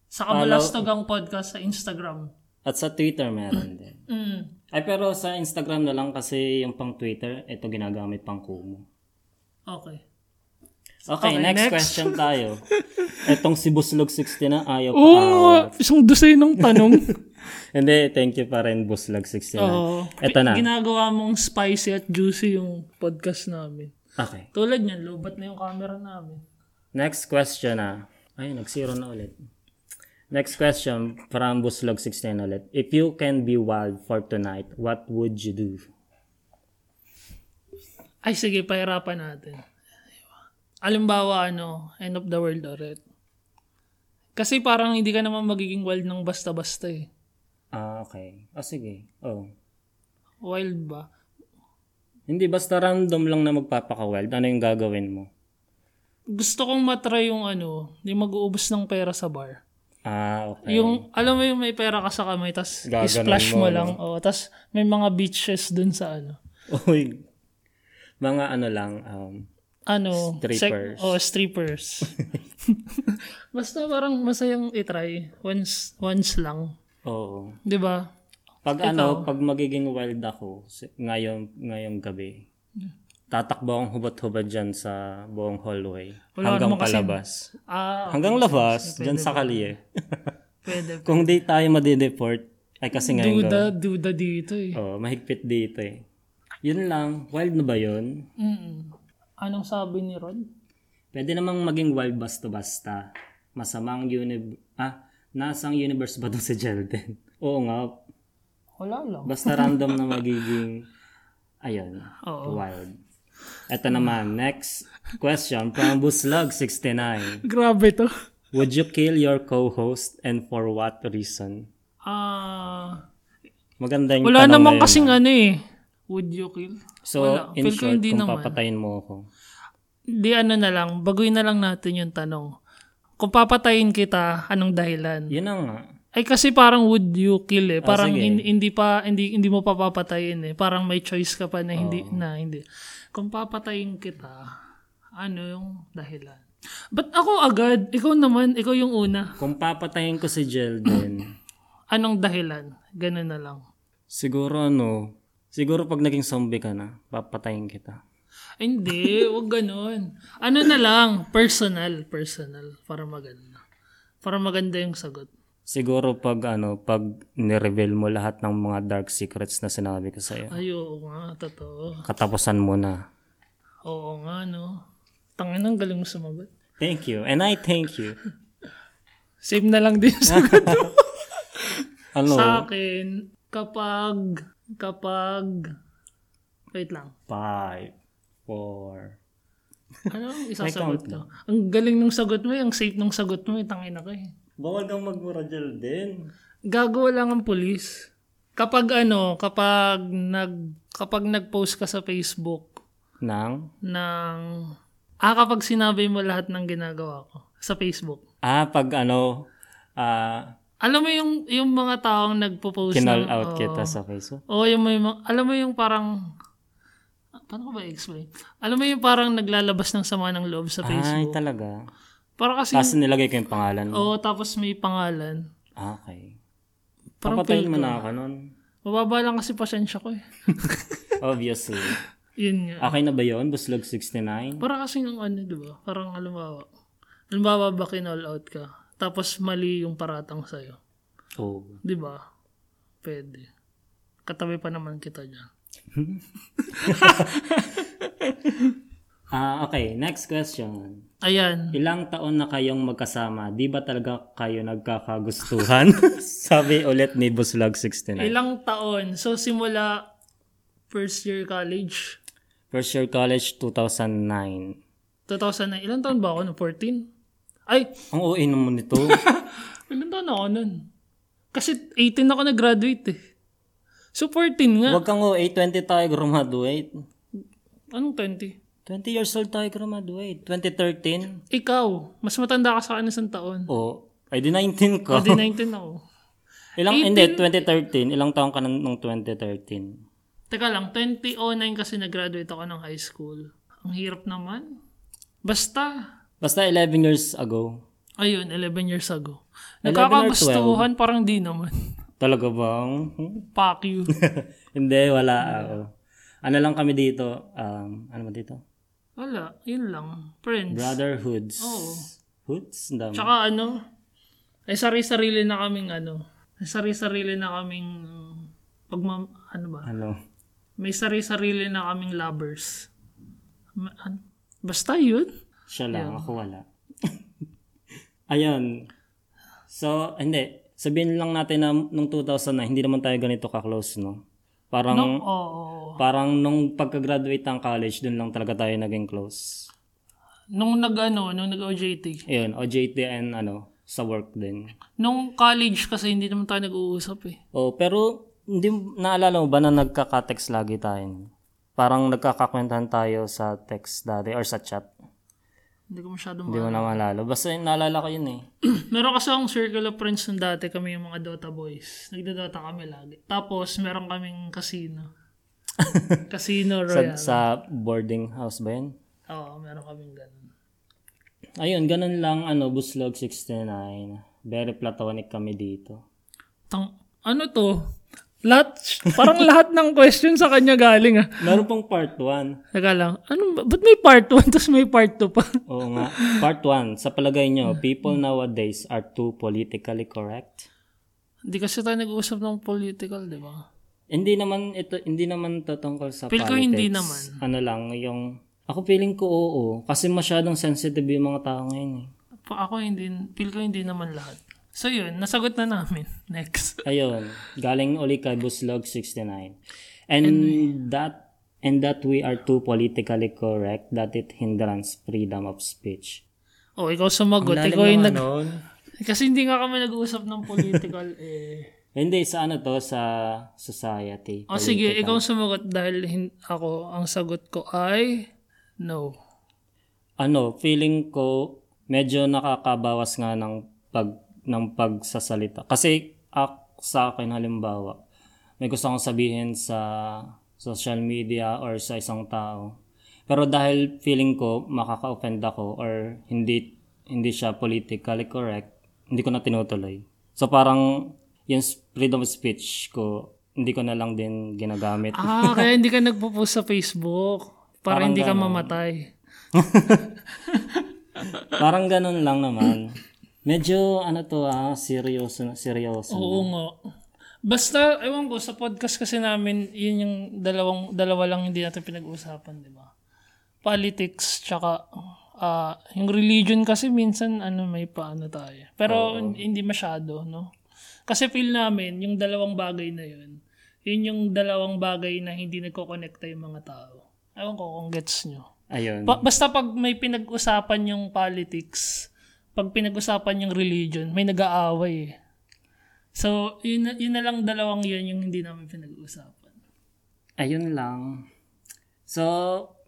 S2: Sa Kabalastogang Podcast sa Instagram.
S1: At sa Twitter meron din.
S2: Mm.
S1: Ay pero sa Instagram na lang kasi yung pang Twitter, ito ginagamit pang Kumu.
S2: Okay.
S1: Okay, next, question tayo. Etong si Buslog60 na ayaw pa awat.
S2: Ah, isang dosen ng tanong.
S1: Hindi, thank you pa rin Buslog60 na. Ito na.
S2: Ginagawa mong spicy at juicy yung podcast namin.
S1: Okay.
S2: Tulad niyan, lobat na yung camera namin.
S1: Next question na. Ay, nag-zero na ulit. Next question from Buslog16 ulit. If you can be wild for tonight, what would you do?
S2: Ay, sige, pahirapan natin. Alimbawa, ano, end of the world ulit. Kasi parang hindi ka naman magiging wild ng basta-basta eh.
S1: Ah, okay. O sige. Oh.
S2: Wild ba?
S1: Hindi, basta random lang na magpapaka-wild. Ano yung gagawin mo?
S2: Gusto kong matry yung ano, yung mag-uubos ng pera sa bar.
S1: Ah, okay.
S2: Yung, alam mo yung may pera ka sa kamay, tas
S1: Gaganon
S2: splash
S1: mo,
S2: mo,
S1: no?
S2: lang. O, tas may mga beaches dun sa ano.
S1: Uy. Mga ano lang, um,
S2: ano,
S1: Strippers.
S2: oh, strippers. Basta parang masayang itry once once lang,
S1: oo.
S2: 'di ba?
S1: Pag ano, pag magiging wild ako si- ngayon, ngayong gabi, tatakbo akong hubad-hubad dyan sa buong hallway.
S2: Wala
S1: hanggang
S2: naman kasi-
S1: palabas.
S2: Ah,
S1: Hanggang labas, dyan sa kalye.
S2: pwede.
S1: Kung di tayo madideport, ay kasi ngayon gabi.
S2: Duda, duda dito eh.
S1: Oh, mahigpit dito eh. Yun lang, wild na ba yun?
S2: Mm. Anong sabi ni Rod?
S1: Pwede namang maging wild basta-basta. Masamang unib... Ah, nasang universe ba to si Jelden? Oo nga,
S2: Wala lang.
S1: basta random na magiging... Ayun,
S2: Oo.
S1: wild. Ito naman, next question from Buslog69.
S2: Grabe to.
S1: Would you kill your co-host and for what reason?
S2: Ah,
S1: Maganda yung
S2: wala
S1: tanong
S2: naman
S1: na yun,
S2: kasing ano eh. Would you kill?
S1: So,
S2: Wala.
S1: in
S2: Feel ko
S1: short,
S2: hindi
S1: kung
S2: naman.
S1: papatayin mo ako.
S2: Di ano na lang, baguhin na lang natin yung tanong. Kung papatayin kita, anong dahilan?
S1: Yun na nga.
S2: Ay kasi parang would you kill eh.
S1: Ah,
S2: Parang
S1: sige.
S2: hin- hindi pa hindi hindi mo papapatayin eh. Parang may choice ka pa na hindi
S1: Oh.
S2: na hindi. Kung papatayin kita, ano yung dahilan? But ako agad, ikaw naman, ikaw yung una.
S1: Kung papatayin ko si Jelden,
S2: Anong dahilan? Ganun na lang.
S1: siguro ano, siguro pag naging zombie ka na, papatayin kita.
S2: Ay, hindi, wag ganun. Ano na lang, personal, personal para maganda. Para maganda yung sagot.
S1: Siguro pag ano, pag nireveal mo lahat ng mga dark secrets na sinabi ko sa'yo.
S2: Ay, oo nga, totoo.
S1: Katapusan mo na.
S2: Oo nga, no. Tangin ang galing mo sumagot.
S1: Thank you. And I thank you.
S2: Same na lang din yung sagot.
S1: Ano?
S2: Sa akin, kapag, kapag, wait lang.
S1: Five, four.
S2: Ano ang isasagot ko? Ang galing ng sagot mo, eh, ang safe ng sagot mo, itangin ako eh.
S1: Bawal kang magmura, Jelden.
S2: Gagawa lang ang pulis. Kapag ano, kapag nag kapag nag-post ka sa Facebook
S1: Nang?
S2: ng ah kapag sinabi mo lahat ng ginagawa ko sa Facebook.
S1: Ah, pag ano, ah,
S2: Alam mo yung yung mga taong nagpo-post
S1: kinall
S2: ng-
S1: out
S2: oo.
S1: kita sa Facebook.
S2: Oo, yung may mga, alam mo yung parang, ah, paano ko ba i-explain? Alam mo yung parang naglalabas ng sama ng loob sa Facebook.
S1: Ay,
S2: Oh.
S1: talaga.
S2: Para kasi,
S1: Tapos nilagay ko yung pangalan. mo.
S2: oo, tapos may pangalan.
S1: Ah, Okay.
S2: Parang
S1: Papatayin
S2: feel
S1: mo
S2: ko-
S1: na ako nun.
S2: Mababa lang kasi pasensya ko eh.
S1: Obviously.
S2: Yun nga.
S1: Okay na ba yon Buslog 69?
S2: Para kasi ng ano, di ba? Parang halimbawa, halimbawa ba all out ka, tapos mali yung paratang sa'yo.
S1: Oh.
S2: Di ba? Pwede. Katabi pa naman kita dyan.
S1: Ah, okay. Next question.
S2: Ayan.
S1: Ilang taon na kayong magkasama? Di ba talaga kayo nagkakagustuhan? Sabi ulit ni Buslog 69.
S2: Ilang taon? So, simula first year college,
S1: First year college, 2009.
S2: 2009. Ilang taon ba ako nun? 14? Ay,
S1: Ang OA naman nito.
S2: ilang taon ako nun? Kasi 18 ako nag-graduate eh. So, 14 nga.
S1: Huwag kang OA, 20 tayo graduate.
S2: Anong 20?
S1: 20 years old tayo graduate. 2013?
S2: Ikaw, mas matanda ka sa akin isang taon.
S1: Oh, ay di 19 ka.
S2: Hindi, 19 ako.
S1: Ilang, hindi, 2013. Ilang taon ka nung nung 2013?
S2: Teka lang, 2009 kasi nag-graduate ako ng high school. Ang hirap naman. Basta,
S1: Basta 11 years ago.
S2: ayun, 11 years ago.
S1: 11 or 12?
S2: Nagkakagustuhan, parang di naman.
S1: Talaga bang? Hmm?
S2: Fuck you.
S1: hindi, wala ako. Ano lang kami dito? Um, ano ba dito?
S2: Wala, yun lang. Friends.
S1: Brotherhoods.
S2: Oo.
S1: Hoods? Ang dami.
S2: Tsaka ano, ay sari-sarili na kaming ano, ay sari-sarili na kaming um, pagma, ano ba,
S1: Ano?
S2: may sari-sarili na kaming lovers. Ma- ano? Basta yun.
S1: Siya lang, ako wala. Ayun. So, hindi. Sabihin lang natin na nung 2009, hindi naman tayo ganito ka-close, no? Parang,
S2: No? Oo.
S1: parang nung pagka-graduate ng college, dun lang talaga tayo naging close.
S2: Nung nag ano, nung nag-OJT.
S1: Ayun, OJT and ano, sa work din.
S2: Nung college kasi hindi naman tayo nag-uusap eh.
S1: Oh, pero hindi naalala mo ba na nagkaka-text lagi tayo? Parang nagkakakwentuhan tayo sa text dati or sa chat.
S2: Hindi ko masyadong
S1: Hindi
S2: ma-
S1: mo na maalala. Basta yun, naalala ko yun eh.
S2: Meron kasi akong circle of friends nung dati kami yung mga Dota boys. Nagda-Dota kami lagi. Tapos meron kaming casino.
S1: Sa,
S2: casino Royale.
S1: sa boarding house ba yun?
S2: Oo, meron kaming ganun.
S1: Ayun, ganun lang, ano, Buslog 69. Very platonic kami dito.
S2: Tang, ano to? Lahat, parang lahat ng question sa kanya galing ah.
S1: Meron pang part 1.
S2: Teka lang, ano, ba- ba't may part 1 tapos may part 2 pa?
S1: Oo nga. Part 1. Sa palagay nyo, people nowadays are too politically correct?
S2: Hindi kasi tayo nag-uusap ng political, di ba?
S1: Hindi naman ito, hindi naman to tungkol sa
S2: Feel
S1: politics.
S2: ko hindi naman.
S1: Ano lang, yung... Ako feeling ko oo. Kasi masyadong sensitive yung mga tao ngayon eh.
S2: Pa, ako hindi, feel ko hindi naman lahat. So yun, nasagot na namin. Next.
S1: Ayun, galing uli kay Buslog 69. And, that and that we are too politically correct that it hindrance freedom of speech.
S2: Oh, ikaw sumagot. Ikaw yung
S1: ano,
S2: nag... Kasi hindi nga kami nag-uusap ng political eh.
S1: Hindi, sa ano to, sa society.
S2: O sige, ikaw sumagot dahil hin- ako, ang sagot ko ay no.
S1: Ano, feeling ko medyo nakakabawas nga ng pag ng pagsasalita. Kasi ak, sa akin halimbawa, may gusto akong sabihin sa social media or sa isang tao. Pero dahil feeling ko makaka-offend ako or hindi hindi siya politically correct, hindi ko na tinutuloy. So parang yung freedom of speech ko, hindi ko na lang din ginagamit.
S2: Ah, kaya hindi ka nagpo-post sa Facebook para
S1: Parang
S2: hindi ka
S1: ganun.
S2: mamatay.
S1: Parang ganun lang naman. Medyo ano to ah, seryoso na seryoso.
S2: Oo nga. Basta, ewan ko, sa podcast kasi namin, yun yung dalawang, dalawa lang hindi natin pinag-uusapan, di ba? Politics, tsaka ah, yung religion kasi minsan ano may paano tayo. Pero hindi masyado, no? Kasi feel namin, yung dalawang bagay na yun, yun yung dalawang bagay na hindi nagko-connecta yung mga tao. Ewan ko kung gets nyo.
S1: Ayun.
S2: Pa- basta pag may pinag-usapan yung politics, pag pinag-usapan yung religion, may nag-aaway. eh. So, yun, na- yun na lang dalawang yun yung hindi namin pinag-uusapan.
S1: Ayun lang. So,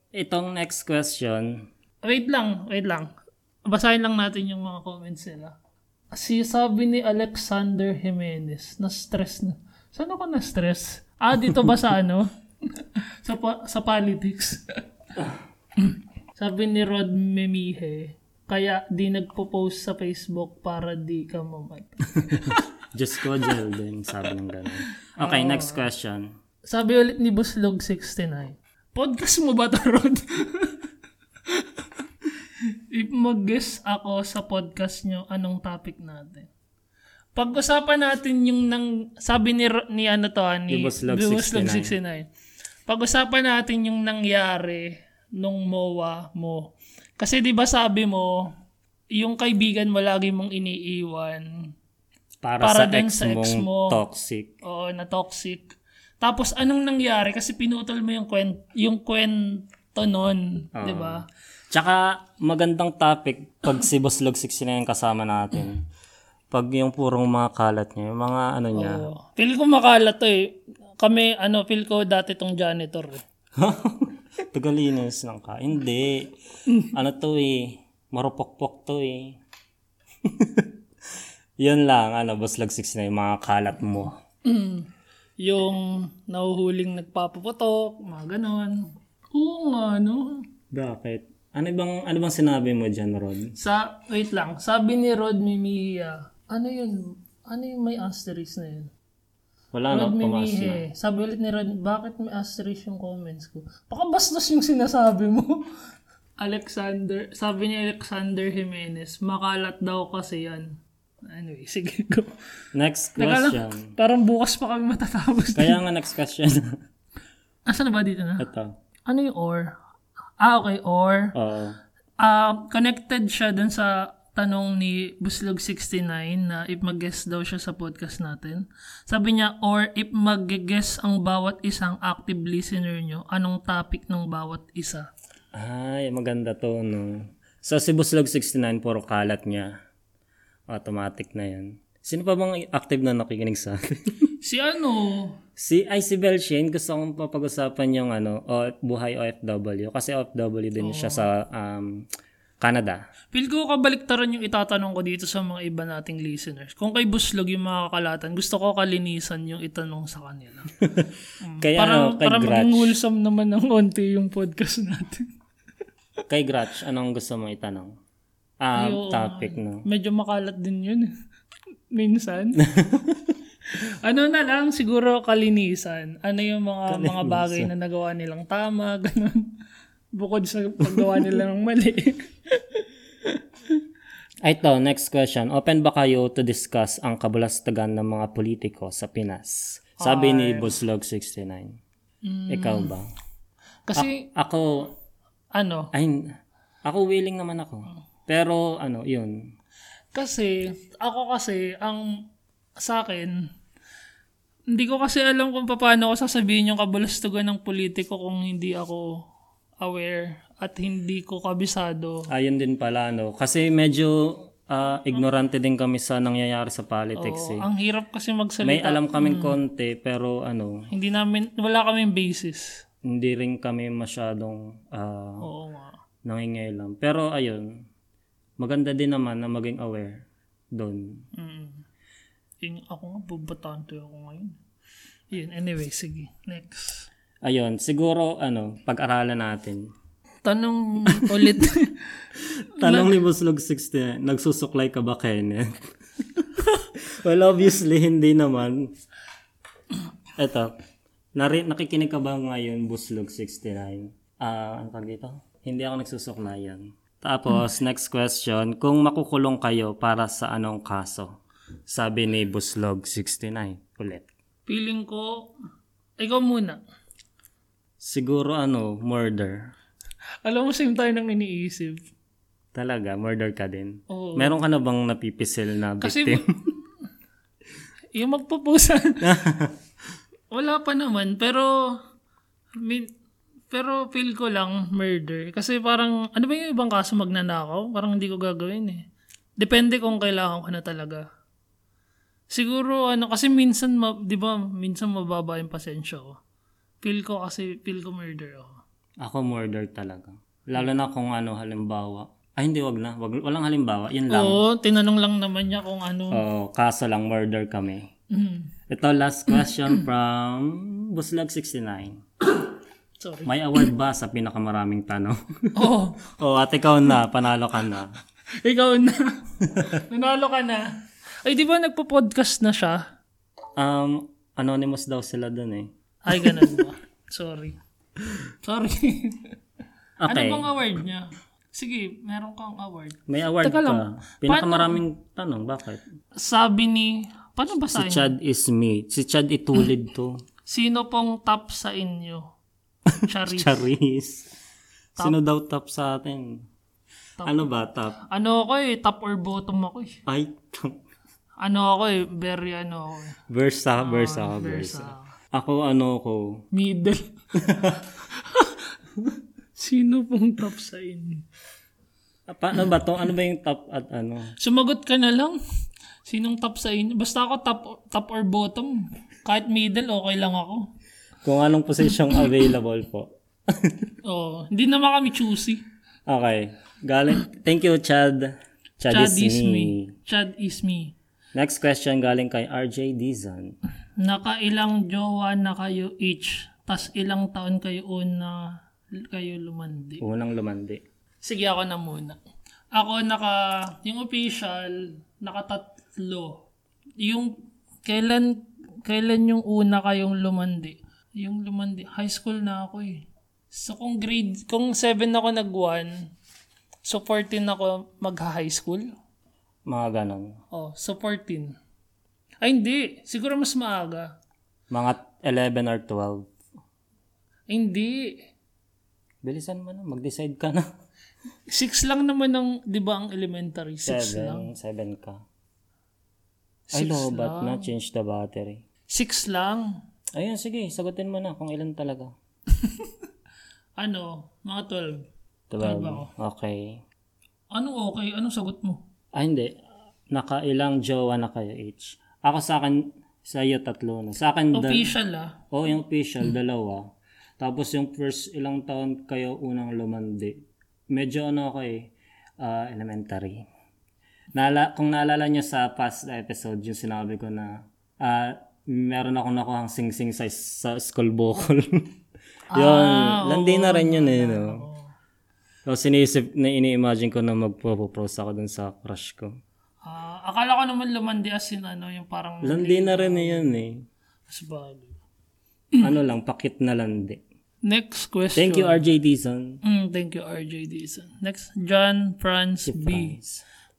S1: itong next question.
S2: Wait lang, wait lang. Basahin lang natin yung mga comments nila. Si sabi ni Alexander Jimenez, na-stress na. Saan ako na-stress? Ah, dito ba sa ano? sa, po- sa politics. sabi ni Rod Memihe, kaya di nagpo-post sa Facebook para di ka mamatay.
S1: Diyos ko, Jelden, sabi ng ganun. Okay,
S2: Ah.
S1: next question.
S2: Sabi ulit ni Buslog69, podcast mo ba to, Rod? If mag-guess ako sa podcast nyo, anong topic natin? Pag-usapan natin yung nang sabi ni Ro- ni ano to ah,
S1: Ni
S2: ni
S1: Buslog
S2: Buslog 69. Pag-usapan natin yung nangyari nung MOA mo. Kasi 'di ba sabi mo, yung kaibigan mo lagi mong iniiwan,
S1: Para,
S2: Para
S1: sa,
S2: din
S1: ex,
S2: sa ex
S1: mong
S2: mo.
S1: toxic.
S2: Oo, na toxic. Tapos anong nangyari kasi pinutol mo yung kwent yung kwento noon, 'di ba?
S1: Tsaka magandang topic pag si Boss Log 69 yung kasama natin. Pag yung purong mga kalat niya, yung mga ano niya.
S2: Oo. Feel ko makala to eh. Kami ano, feel ko dati tong janitor. eh.
S1: Tagalinis lang ka. Hindi. Ano to eh. Marupokpok to eh. Yan lang, ano, Boss Log 69, yung mga kalat mo.
S2: Yung nahuhuling nagpapaputok, mga ganon. Oo nga, no?
S1: Bakit? Ano bang, ano bang sinabi mo dyan, Rod?
S2: Sa, wait lang. Sabi ni Rod Mimiya, ano yun? Ano yung may asterisk na yun?
S1: Wala na,
S2: Rod
S1: pumas na.
S2: Mimiya. Sabi ulit ni Rod, bakit may asterisk yung comments ko? Pakabastos yung sinasabi mo. Alexander, sabi ni Alexander Jimenez, makalat daw kasi yan. Anyway, sige go.
S1: Next
S2: Teka lang,
S1: question.
S2: parang bukas pa kami matatapos.
S1: Kaya nga next question.
S2: Asan na ba dito na?
S1: Ito.
S2: Ano yung or? Ah, okay, or.
S1: Oo.
S2: Ah, connected siya dun sa tanong ni Buslog69 na if mag-guest daw siya sa podcast natin. Sabi niya, or if mag-guest ang bawat isang active listener nyo, anong topic ng bawat isa?
S1: Ay, maganda to, no? So, si Buslog 69, puro kalat niya. Automatic na yan. Sino pa bang active na nakikinig sa atin?
S2: Si ano?
S1: si, ay, si Bel Shane, gusto kong papag-usapan yung ano, o, buhay OFW. Kasi OFW din siya sa um, Canada.
S2: Feel ko kabaliktaran yung itatanong ko dito sa mga iba nating listeners. Kung kay Buslog yung mga kakalatan, gusto ko kalinisan yung itanong sa kanila.
S1: Kaya
S2: para
S1: ano, kay
S2: para
S1: Gratch.
S2: maging wholesome naman ng konti yung podcast natin.
S1: Kay Gratch, anong gusto mo itanong? Ah, topic, no?
S2: Medyo makalat din yun. Minsan. ano na lang, siguro kalinisan. Ano yung mga mga bagay na nagawa nilang tama, ganun. Bukod sa paggawa nila ng mali.
S1: Ay, Ah, Ito, next question. Open ba kayo to discuss ang kabulastagan ng mga politiko sa Pinas? Sabi ni Buslog69. Ikaw ba?
S2: Kasi,
S1: Ako,
S2: ano,
S1: ay, ako willing naman ako. Pero, ano, yun.
S2: kasi, ako kasi, ang sa akin, hindi ko kasi alam kung paano ko sasabihin yung kabalastugan ng politiko kung hindi ako aware at hindi ko kabisado
S1: Ayun din pala, ano. Kasi medyo ah, ignorante din kami sa nangyayari sa politics, eh.
S2: Ang hirap kasi
S1: May
S2: magsalita.
S1: alam kaming konti, pero ano,
S2: Hindi namin, wala kaming basis.
S1: hindi rin kami masyadong ah,
S2: Oo nga.
S1: nangingailam. Pero ayun, maganda din naman na maging aware doon.
S2: Mm. Yung, ako nga, bubatante ako ngayon. Yun, anyway, sige. Next.
S1: Ayun, siguro ano, pag-aralan natin.
S2: Tanong ulit.
S1: Tanong ni Buslog 60, nagsusuklay ka ba, Kenneth? well, obviously, hindi naman. Eto, nari, nakikinig ka ba ngayon, Buslog 69? Ah, ano tawag dito? Hindi ako nagsusuklayan. Tapos, next question, kung makukulong kayo para sa anong kaso? Sabi ni Buslog 69 ulit.
S2: Feeling ko, ikaw muna.
S1: Siguro ano, murder.
S2: Alam mo, same tayo nang iniisip.
S1: Talaga, murder ka din.
S2: Oo.
S1: Meron ka na bang napipisil na
S2: Kasi-
S1: victim?
S2: Yung magpupusa. wala pa naman, pero, min, pero feel ko lang murder. Kasi parang, ano ba yung ibang kaso magnanakaw? Parang hindi ko gagawin eh. Depende kung kailangan ko na talaga. Siguro, ano, kasi minsan, ma, di ba, minsan mababa yung pasensya ko. Feel ko kasi, feel ko murder ako.
S1: Ako murder talaga. Lalo na kung ano, halimbawa. Ay, hindi, wag na. Wag, walang halimbawa. Yan lang.
S2: Oo, tinanong lang naman niya kung ano.
S1: Oo, kaso lang, murder kami.
S2: Mm,
S1: Ito, last question from Buslog69.
S2: sorry. Oh,
S1: May award ba sa pinakamaraming tanong? Oh, o,
S2: Oo,
S1: at ikaw na, panalo ka na.
S2: ikaw na. Nanalo ka na. Ay, di ba nagpo-podcast na siya?
S1: Um, anonymous daw sila dun eh.
S2: Ay, ganun ba? Sorry. Sorry.
S1: Okay.
S2: Ano bang award niya? Sige, meron kang award.
S1: May award
S2: Teka lang,
S1: ka. Pinakamaraming tanong, bakit?
S2: Sabi ni... Paano ba
S1: Si
S2: sa
S1: Chad is me. Si Chad itulid to.
S2: Sino pong top sa inyo? Charis.
S1: Charis. Sino daw top sa atin?
S2: Top.
S1: Ano ba top?
S2: ano ako eh, top or bottom ako eh.
S1: Ay, top.
S2: Ano ako eh, very ano ako eh.
S1: Versa, versa, versa, Ako ano ko.
S2: Middle. Sino pong top sa inyo?
S1: Ah, Paano ba to? Ano ba yung top at ano?
S2: Sumagot ka na lang. Sinong top sa inyo? Basta ako top, top or bottom. Kahit middle, okay lang ako.
S1: Kung anong position available po.
S2: Oo. Oh, Hindi naman kami choosy.
S1: Okay. Galing. Thank you, Chad. Chad,
S2: Chad
S1: is, me.
S2: Chad is me.
S1: Next question galing kay RJ Dizon.
S2: Nakailang jowa na kayo each, tas ilang taon kayo una kayo lumandi.
S1: Unang lumandi.
S2: Sige ako na muna. Ako naka, yung official, nakatatlo. Yung, kailan, kailan yung una kayong lumandi? Yung lumandi, high school na ako eh. So kung grade, kung 7 ako nag-1, so 14 ako mag-high school.
S1: Mga ganon.
S2: Oh, so 14. Ay hindi, siguro mas maaga.
S1: Mga 11 or
S2: Hindi.
S1: 12. Bilisan mo na. Mag-decide ka na.
S2: Six lang naman ang, di ba, ang elementary? Six lang.
S1: 7. 7 ka. Ay, lobat na. Change the battery.
S2: Six lang.
S1: Ayun, sige. Sagutin mo na kung ilan talaga.
S2: Ano? Mga
S1: 12.
S2: 12.
S1: Diba? Okay.
S2: Anong Ano, okay? Anong sagot mo?
S1: Ah, hindi. Nakailang jowa na kayo each. Ako sa akin, sa iyo tatlo na. Sa akin, dal-
S2: Official ah.
S1: oh, yung official, dalawa. Tapos yung first ilang taon kayo unang lumandi. Medyo ano ako eh, ah, elementary. Nala, kung naalala nyo sa past episode, yung sinabi ko na ah, meron ako nakuhang sing-sing sa, sa school bukol. yun, landi na rin yun eh. No? So, sinisip na ini-imagine ko na magpo-propose ako dun sa crush ko.
S2: Ah, akala ko naman lumandi as in ano, yung parang
S1: Landi na rin na yun eh.
S2: sabagay.
S1: Ano lang, pakit na landi.
S2: Next question.
S1: Thank you, RJ Dizon.
S2: Mm, thank you, RJ Dizon. Next, John Franz B.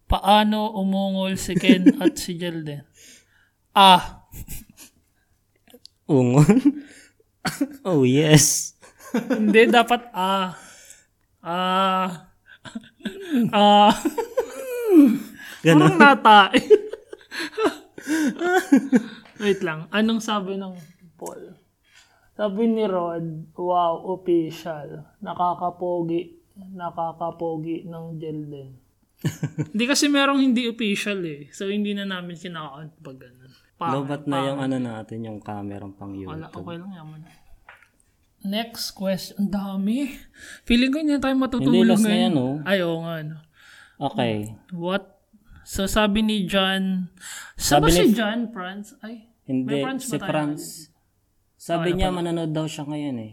S2: Paano umungol si Ken at si Jelden? Ah,
S1: Ungol? oh, yes.
S2: Hindi, dapat ah. Ah. Ah. Ganun. Parang nata. Wait lang. Anong sabi ng Paul? Sabi ni Rod, wow, official. Nakakapogi. Nakakapogi ng Jelden. hindi kasi merong hindi official eh. So, hindi na namin kinaka-count pag ganun. Pa-
S1: Lobat na yung ano natin, yung camerang pang yun.
S2: wala, okay lang yaman. Next question. Ang dami. Feeling ko hindi na tayo
S1: Hindi,
S2: matutulog
S1: last na
S2: ngayon.
S1: yan, oh.
S2: Ay, oo nga. No.
S1: Okay.
S2: What? So, sabi ni John... Sa ba
S1: Sabi
S2: si John, Franz? Ay,
S1: Hindi,
S2: May Franz ba
S1: si
S2: tayo?
S1: Franz. Sabi niya, mananood daw siya ngayon eh.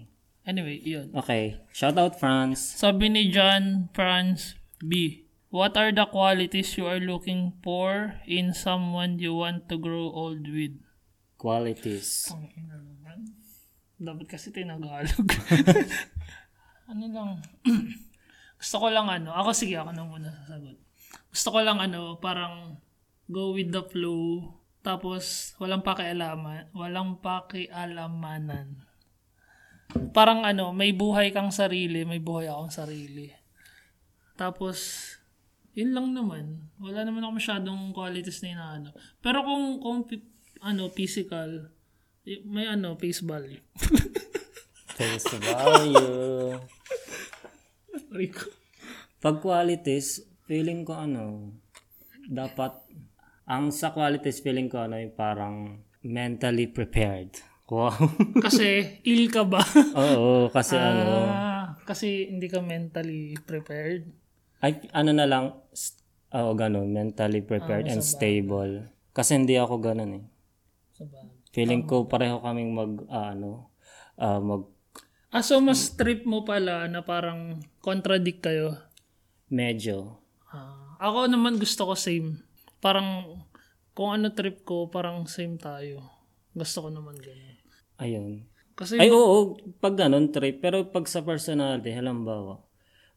S2: anyway, yun.
S1: Okay. Shoutout, Franz.
S2: Sabi ni John, Franz B. What are the qualities you are looking for in someone you want to grow old with?
S1: Qualities.
S2: Ang ina naman. Dapat kasi tinagalog. ano lang. Gusto ko lang ano. Ako sige, ako na muna sasagot. Gusto ko lang ano, parang go with the flow. Tapos walang pakialaman. Walang pakialamanan. Parang ano, may buhay kang sarili, may buhay akong sarili. Tapos, yun lang naman. Wala naman ako masyadong qualities na inaano. Pero kung, kung pi- ano, physical, y- may ano, face value.
S1: Face value.
S2: Sorry ko.
S1: Pag qualities, feeling ko ano, dapat, ang sa qualities, feeling ko ano, yung parang mentally prepared. Wow.
S2: kasi, ill ka ba?
S1: Oo, kasi ano,
S2: Ah, kasi hindi ka mentally prepared.
S1: ay, ano na lang, s- oo, ganun, mentally prepared and stable. Kasi hindi ako ganun eh.
S2: Sa bagay.
S1: Feeling ko pareho kaming mag, ah, ano, ah, mag,
S2: Ah, so mas trip mo pala na parang contradict kayo.
S1: medyo.
S2: Ah, ako naman gusto ko same. Parang kung ano trip ko, parang same tayo. Gusto ko naman ganun.
S1: Ayun.
S2: Kasi,
S1: Ay, oo, pag ganun, trip. Pero pag sa personality, halimbawa,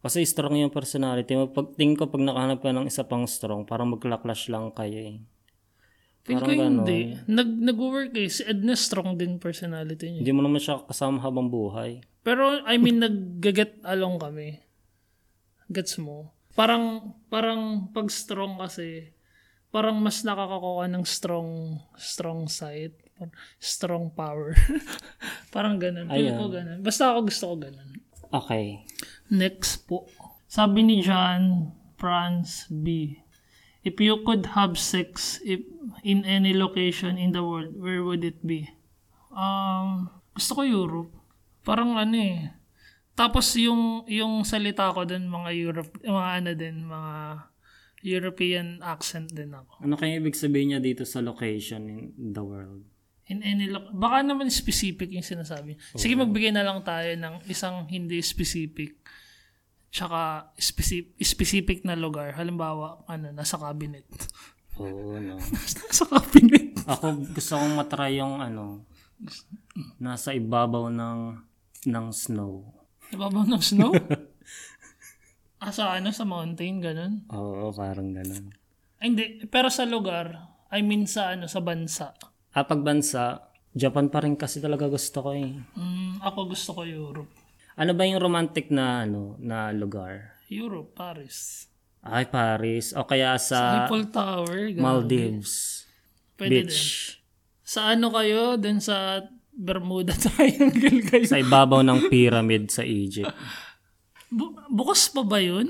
S1: kasi strong yung personality mo. Pag tingin ko, pag nakahanap ka ng isa pang strong, parang magla-clash lang kayo eh.
S2: feel ko
S1: ano?
S2: hindi. Nag, nag-work eh. Si Edna strong din personality niya.
S1: Hindi mo naman siya kasama habang buhay.
S2: Pero, I mean, nag-get along kami. Gets mo? Parang, parang pag strong kasi, parang mas nakakakuha ng strong, strong side. or Strong power. parang ganun. Feel ko ganun. Basta ako gusto ko ganun.
S1: Okay.
S2: Next po. Sabi ni John Franz B. If you could have sex if in any location in the world, where would it be? Um, gusto ko Europe. Parang ano eh. Tapos yung yung salita ko din mga Europe, mga ano din, mga European accent din ako.
S1: Ano kaya ibig sabihin niya dito sa location in the world?
S2: In any lo- baka naman specific yung sinasabi. niya. Sige, magbigay na lang tayo ng isang hindi specific tsaka specific, specific na lugar. Halimbawa, ano, nasa cabinet.
S1: Oo, no.
S2: nasa cabinet.
S1: Ako gusto kong matry yung ano, nasa ibabaw ng ng snow.
S2: Nababaw ng snow? ah, sa ano, sa mountain, ganun?
S1: Oo, parang ganun.
S2: Ay, hindi. Pero sa lugar, I mean sa ano, sa bansa.
S1: Ah, pagbansa, Japan pa rin kasi talaga gusto ko eh.
S2: Mm, ako gusto ko Europe.
S1: Ano ba yung romantic na ano na lugar?
S2: Europe, Paris.
S1: Ay, Paris. O kaya sa
S2: Eiffel Tower, ganun.
S1: Ah, Maldives.
S2: Pwede din.
S1: Beach.
S2: Sa ano kayo? Dun sa Bermuda Triangle kayo?
S1: Sa ibabaw ng pyramid sa Egypt.
S2: Bu- bukas pa ba yun?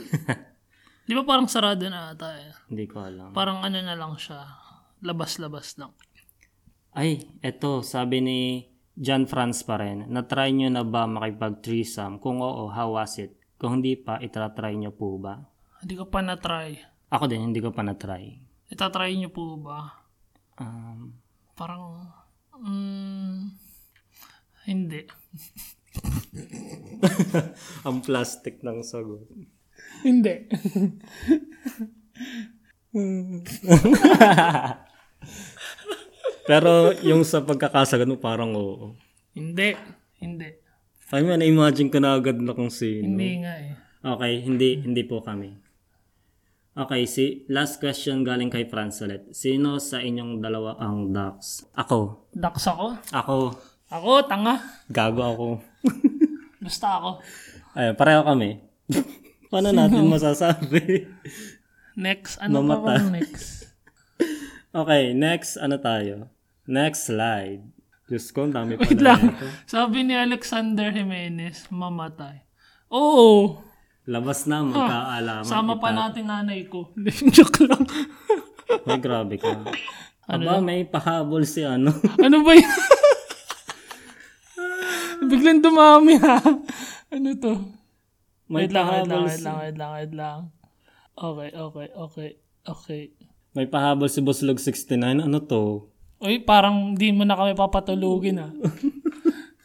S2: Di ba parang sarado na ata eh?
S1: Hindi ko alam.
S2: Parang ano na lang siya. Labas-labas lang.
S1: Ay, eto, sabi ni John Franz pa rin, na-try nyo na ba makipag-threesome? Kung oo, how was it? Kung hindi pa, itatry nyo po ba?
S2: Hindi ko pa na-try.
S1: Ako din, hindi ko pa na-try.
S2: Itatry niyo po ba?
S1: Um,
S2: Parang... Mm, hindi.
S1: ang plastic ng sagot.
S2: Hindi.
S1: Pero yung sa pagkakasagot mo, parang oo.
S2: hindi. Hindi.
S1: I mean, na-imagine ko na agad na kung sino.
S2: Hindi nga eh.
S1: Okay, hindi, hindi po kami. Okay, si last question galing kay Franz ulit. Sino sa inyong dalawa ang ducks? Ako.
S2: Ducks ako.
S1: Ako.
S2: Ako, tanga.
S1: Gago ako.
S2: Basta ako.
S1: Ayun, pareho kami. Paano natin masasabi?
S2: Next. Ano
S1: Mamata.
S2: pa bang next?
S1: okay, next, ano tayo? Next slide. Diyos ko, ang dami pa
S2: Wait
S1: na
S2: lang. Sabi ni Alexander Jimenez, mamatay. Oo.
S1: Labas na, magkaalaman.
S2: Sama pa natin nanay ko. Joke lang.
S1: Ay, grabe ka. Aba, may pahabol si ano.
S2: ano ba yun? Biglang dumami ha. Ano to?
S1: May
S2: Wait lang, wait lang,
S1: pahabol
S2: wait
S1: si-
S2: lang, wait lang, wait lang. Okay, okay, okay, okay.
S1: May pahabol si Buslog 69. Ano to?
S2: Uy, parang di mo na kami papatulugin ha.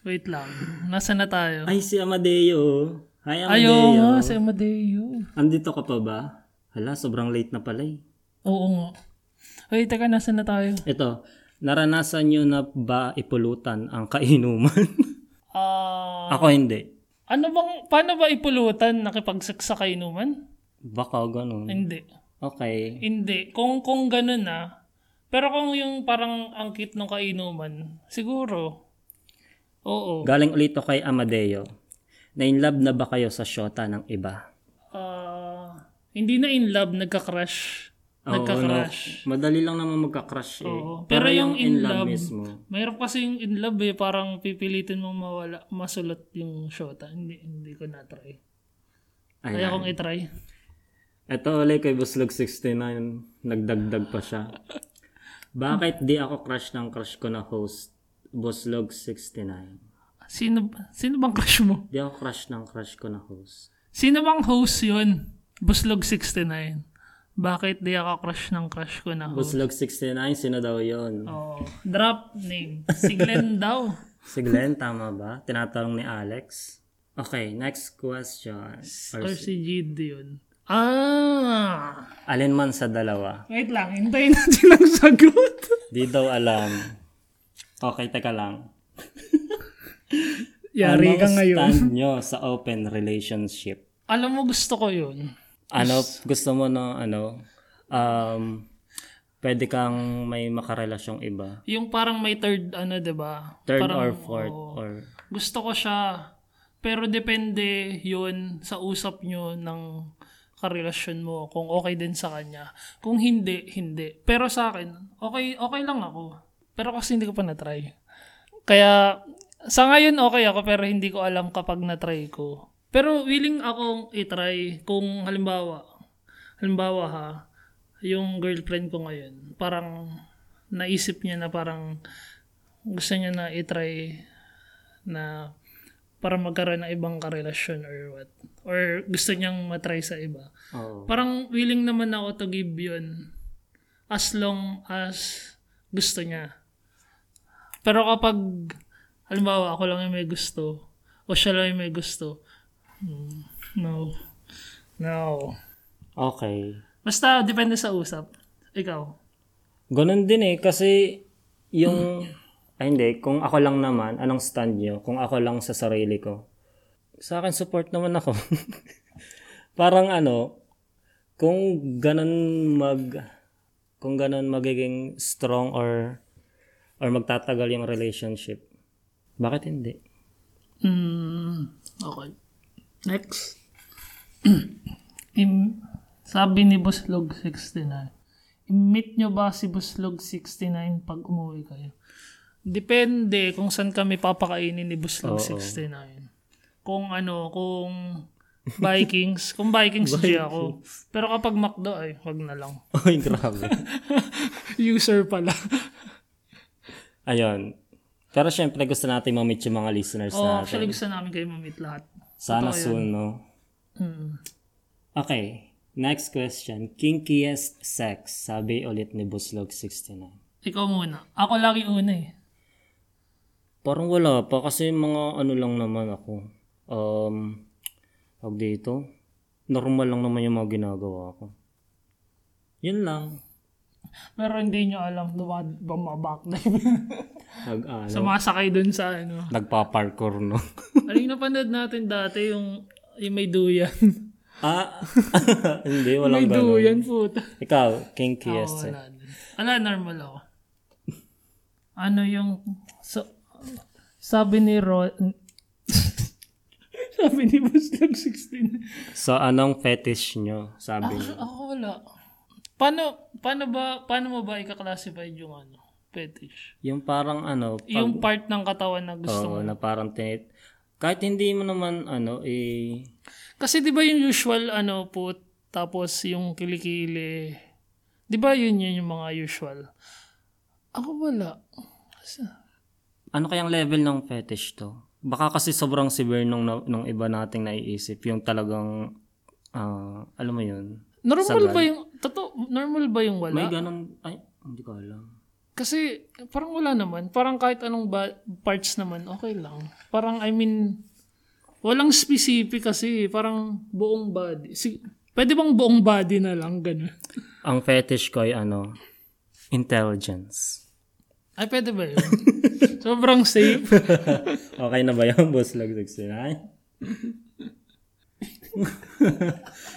S2: wait lang. Nasaan na tayo?
S1: Ay, si Amadeo. Hi, Amadeo.
S2: Ayaw nga, si Amadeo.
S1: Andito ka pa ba? Hala, sobrang late na pala eh.
S2: Oo nga. Uy, teka, nasaan na tayo?
S1: Ito, naranasan nyo na ba ipulutan ang kainuman?
S2: Ah,
S1: Ako hindi.
S2: ano bang, paano ba ipulutan nakipagsex sa kainuman?
S1: Baka ganun.
S2: Hindi.
S1: Okay.
S2: Hindi. Kung kung ganun na. Pero kung yung parang angkit ng kainuman, siguro. Oo.
S1: Galing ulit to kay Amadeo. Na-inlove na ba kayo sa shota ng iba?
S2: Ah, hindi na in love, nagka-crush. Nagka-crush.
S1: Oo, no? Madali lang naman magka-crush eh.
S2: Oo. Pero yung in love-
S1: mismo.
S2: Mayroon kasi yung in love eh, parang pipilitin mong mawala, masulot yung shota. Hindi, hindi ko na-try. Kaya
S1: Ayan.
S2: kong itry.
S1: Ito ulit kay Buslog 69. Nagdagdag pa siya. Bakit di ako crush ng crush ko na host? Buslog 69.
S2: Sino, sino bang crush mo?
S1: Di ako crush ng crush ko na host.
S2: Sino bang host yun? Buslog 69. Bakit di ako crush ng crush ko na host?
S1: Buslog 69, sino daw yun?
S2: Oh, drop name. Si Glenn daw.
S1: Si Glenn, tama ba? Tinatanong ni Alex. Okay, next question. Or
S2: Or si Jid yun. Ah!
S1: Alin man sa dalawa.
S2: Wait lang, hintayin natin ang sagot.
S1: Di daw alam. Okay, teka lang.
S2: Yari ka
S1: Anong
S2: ngayon.
S1: stand nyo sa open relationship?
S2: Alam mo, gusto ko yun.
S1: Ano, gusto mo na, ano, um, pwede kang may makarelasyong iba?
S2: Yung parang may third, ano, 'di ba
S1: Third
S2: parang,
S1: or fourth
S2: oo.
S1: or...
S2: gusto ko siya. Pero depende yun sa usap nyo ng karelasyon mo. Kung okay din sa kanya. Kung hindi, hindi. Pero sa akin, okay, okay lang ako. Pero kasi hindi ko pa na-try. Kaya, sa ngayon okay ako pero hindi ko alam kapag na-try ko. Pero willing akong i-try kung halimbawa, halimbawa ha, yung girlfriend ko ngayon, parang naisip niya na parang gusto niya na i-try na para magkaroon ng ibang karelasyon or what. Or gusto niyang matry sa iba.
S1: Oh.
S2: Parang willing naman ako to give yun as long as gusto niya. Pero kapag, halimbawa, ako lang yung may gusto, o siya lang yung may gusto, hmm, no. No.
S1: Okay.
S2: Basta, depende sa usap. Ikaw.
S1: Ganun din eh, kasi yung... Ay hindi, kung ako lang naman, anong stand nyo? Kung ako lang sa sarili ko. Sa akin, support naman ako. Parang ano, kung ganun mag... Kung ganun magiging strong or or magtatagal yung relationship, bakit hindi?
S2: Mm, okay. Next. Im- sabi ni Buslog69, i-meet nyo ba si Buslog69 pag umuwi kayo? Depende kung saan kami papakainin ni Buslog69. Kung ano, kung Vikings. kung Vikings, G ako. Pero kapag McDo, ay, wag na lang.
S1: Oy, grabe.
S2: User pala.
S1: Ayun. Pero syempre, gusto natin mamit yung mga listeners
S2: oh,
S1: natin.
S2: actually gusto namin kayo ma-meet lahat.
S1: Sana soon, no?
S2: Mm.
S1: Okay. Next question. Kinkiest sex, sabi ulit ni Buslog69.
S2: Ikaw muna. Ako lagi una eh.
S1: Parang wala pa kasi mga ano lang naman ako. Um, tawag dito. Normal lang naman yung mga ginagawa ko. Yun lang.
S2: Pero hindi nyo alam lumad bumabackdive.
S1: Nag, ano,
S2: Sumasakay dun sa ano.
S1: nagpa-parkour, no?
S2: Ano yung napanood natin dati yung, yung may duyan.
S1: ah, hindi, walang
S2: may
S1: ganun.
S2: duyan, puta.
S1: Ikaw,
S2: Oo,
S1: kinkiest sex.
S2: wala din. Wala, normal ako. Ano yung... So, sabi ni Ro... sabi ni Buslag 16.
S1: So, anong fetish nyo? Sabi niya.
S2: Ako wala. Paano, paano ba, paano mo ba i-classify yung ano, fetish?
S1: Yung parang ano,
S2: Yung part ng katawan na gusto
S1: Oo, na parang tinit. Kahit hindi mo naman, ano, eh,
S2: Kasi 'di ba yung usual ano po tapos yung kilikili. 'Di ba yun yun yung mga usual? Ako wala. Sa-
S1: ano kayang level ng fetish to? Baka kasi sobrang severe nung, na- nung iba nating naiisip. Yung talagang, ah, alam mo yun.
S2: Normal ba yung totoo normal ba yung wala?
S1: May ganun, ay, hindi ko alam.
S2: Kasi parang wala naman. Parang kahit anong ba- parts naman okay lang. Parang I mean walang specific kasi parang buong body. Si, pwede bang buong body na lang ganun?
S1: Ang fetish ko ay ano, intelligence.
S2: Ay pwede ba yun? Sobrang safe.
S1: Okay na ba yung boss log 69?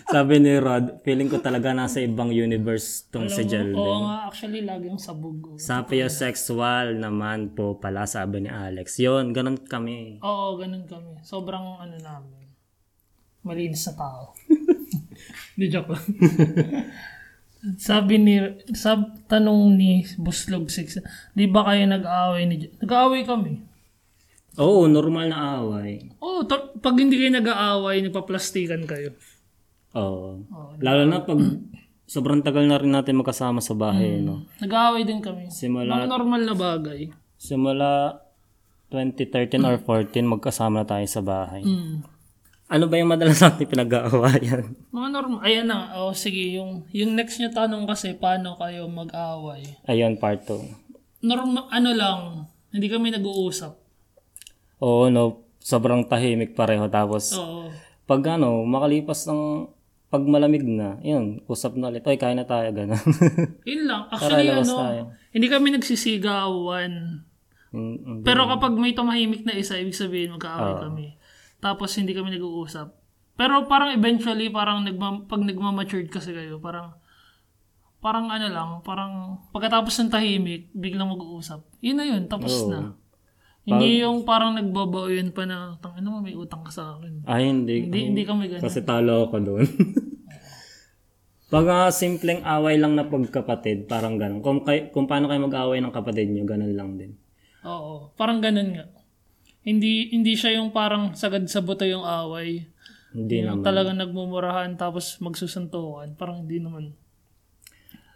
S1: Sabi ni Rod, feeling ko talaga nasa ibang universe tong si Jelden.
S2: Oo nga, actually lagi yung sabog. oh.
S1: Sapiosexual naman po pala sabi ni Alex. Yun, ganun kami.
S2: Oo, ganun kami. Sobrang ano namin. Malinis na tao. Di joke lang. sabi ni, sab, tanong ni Buslog 6, di ba kayo nag-aaway ni Jo-" Nag-aaway kami.
S1: Oo, normal na away.
S2: Oo, ta- pag hindi kayo nag-aaway, nagpaplastikan kayo.
S1: Oo.
S2: Oo.
S1: Lalo na pag sobrang tagal na rin natin magkasama sa
S2: Mm.
S1: bahay, no?
S2: Nag-aaway din kami.
S1: Simula,
S2: Mga normal na bagay.
S1: simula 2013 or 14, magkasama na tayo sa bahay.
S2: Mm.
S1: Ano ba yung madalas natin pinag-aawayan?
S2: Mga normal. Ayan na. Oh, sige, yung, yung next niya tanong kasi, paano kayo mag-aaway?
S1: Ayun, part 2.
S2: normal, ano lang, hindi kami nag-uusap.
S1: Oo, no? Sobrang tahimik pareho. Tapos,
S2: Oo.
S1: pag ano, makalipas ng Pag malamig na, yun, usap na ulit. Oy, kain na tayo, gano'n.
S2: Yun lang. Actually,
S1: labas
S2: ano,
S1: tayo.
S2: hindi kami nagsisigawan.
S1: Mm, mm.
S2: Pero kapag may tumahimik na isa, ibig sabihin magkaaway
S1: Ah.
S2: kami. Tapos hindi kami nag-uusap. Pero parang eventually, parang nagma, pag nagmamatured kasi kayo, parang parang ano lang, parang pagkatapos ng tahimik, biglang mag-uusap. Yun na yun, tapos na. Hindi yung parang nagbabawian pa na, tang ano mo, may utang ka sa akin.
S1: ah, hindi.
S2: Hindi, hindi kami ganun.
S1: Kasi talo ako doon. Pag ah, simpleng away lang na pagkapatid, parang gano'n. Kung, kay, kung paano kayo mag-away ng kapatid nyo, gano'n lang din.
S2: Oo, parang ganun nga. Hindi hindi siya yung parang sagad sa buto yung away.
S1: Hindi
S2: Yung talagang nagmumurahan tapos magsusuntukan. Parang hindi naman.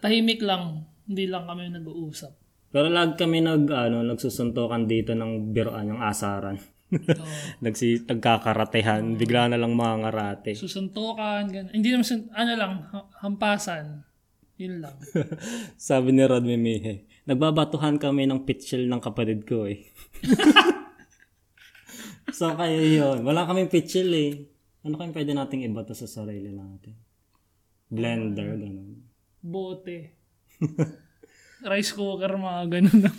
S2: Tahimik lang. Hindi lang kami nag-uusap.
S1: Pero lag kami nag ano, nagsusuntukan dito ng biroan ng asaran.
S2: Oo.
S1: Nagsi nagkakaratehan, bigla na lang mga ngarate.
S2: susuntukan, ganun. Hindi naman, sun- ano lang, ha- hampasan. Yun lang.
S1: Sabi ni Rod Mimihe, nagbabatuhan kami ng pitchel ng kapatid ko eh. so kaya yun, wala kaming pitchel eh. Ano kayong pwede nating ibato sa sarili natin? Blender, ganun.
S2: Bote. Rice cooker, mga ganun lang.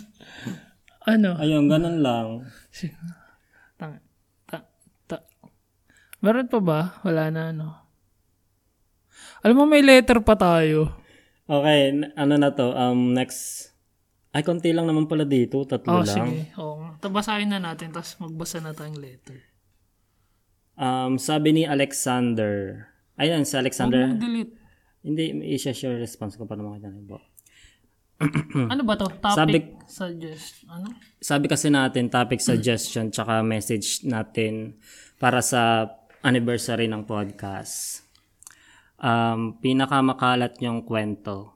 S2: ano?
S1: Ayun, ganun lang.
S2: si- Tang, ta, ta. Meron pa ba? Wala na, ano? Alam mo, may letter pa tayo.
S1: Okay, n- ano na to? Um, next. Ay, konti lang naman pala dito. Tatlo lang.
S2: Oh, sige. Oo nga. Tabasahin na natin, tapos magbasa na tayong letter.
S1: Um, sabi ni Alexander. Ayun, si Alexander.
S2: Oh, Delete.
S1: Hindi, i-share response ko para makita niyo po.
S2: ano ba to? Topic
S1: Sabi-
S2: suggest. Ano?
S1: Sabi kasi natin, topic suggestion, tsaka message natin para sa anniversary ng podcast. Um, pinakamakalat niyong kwento.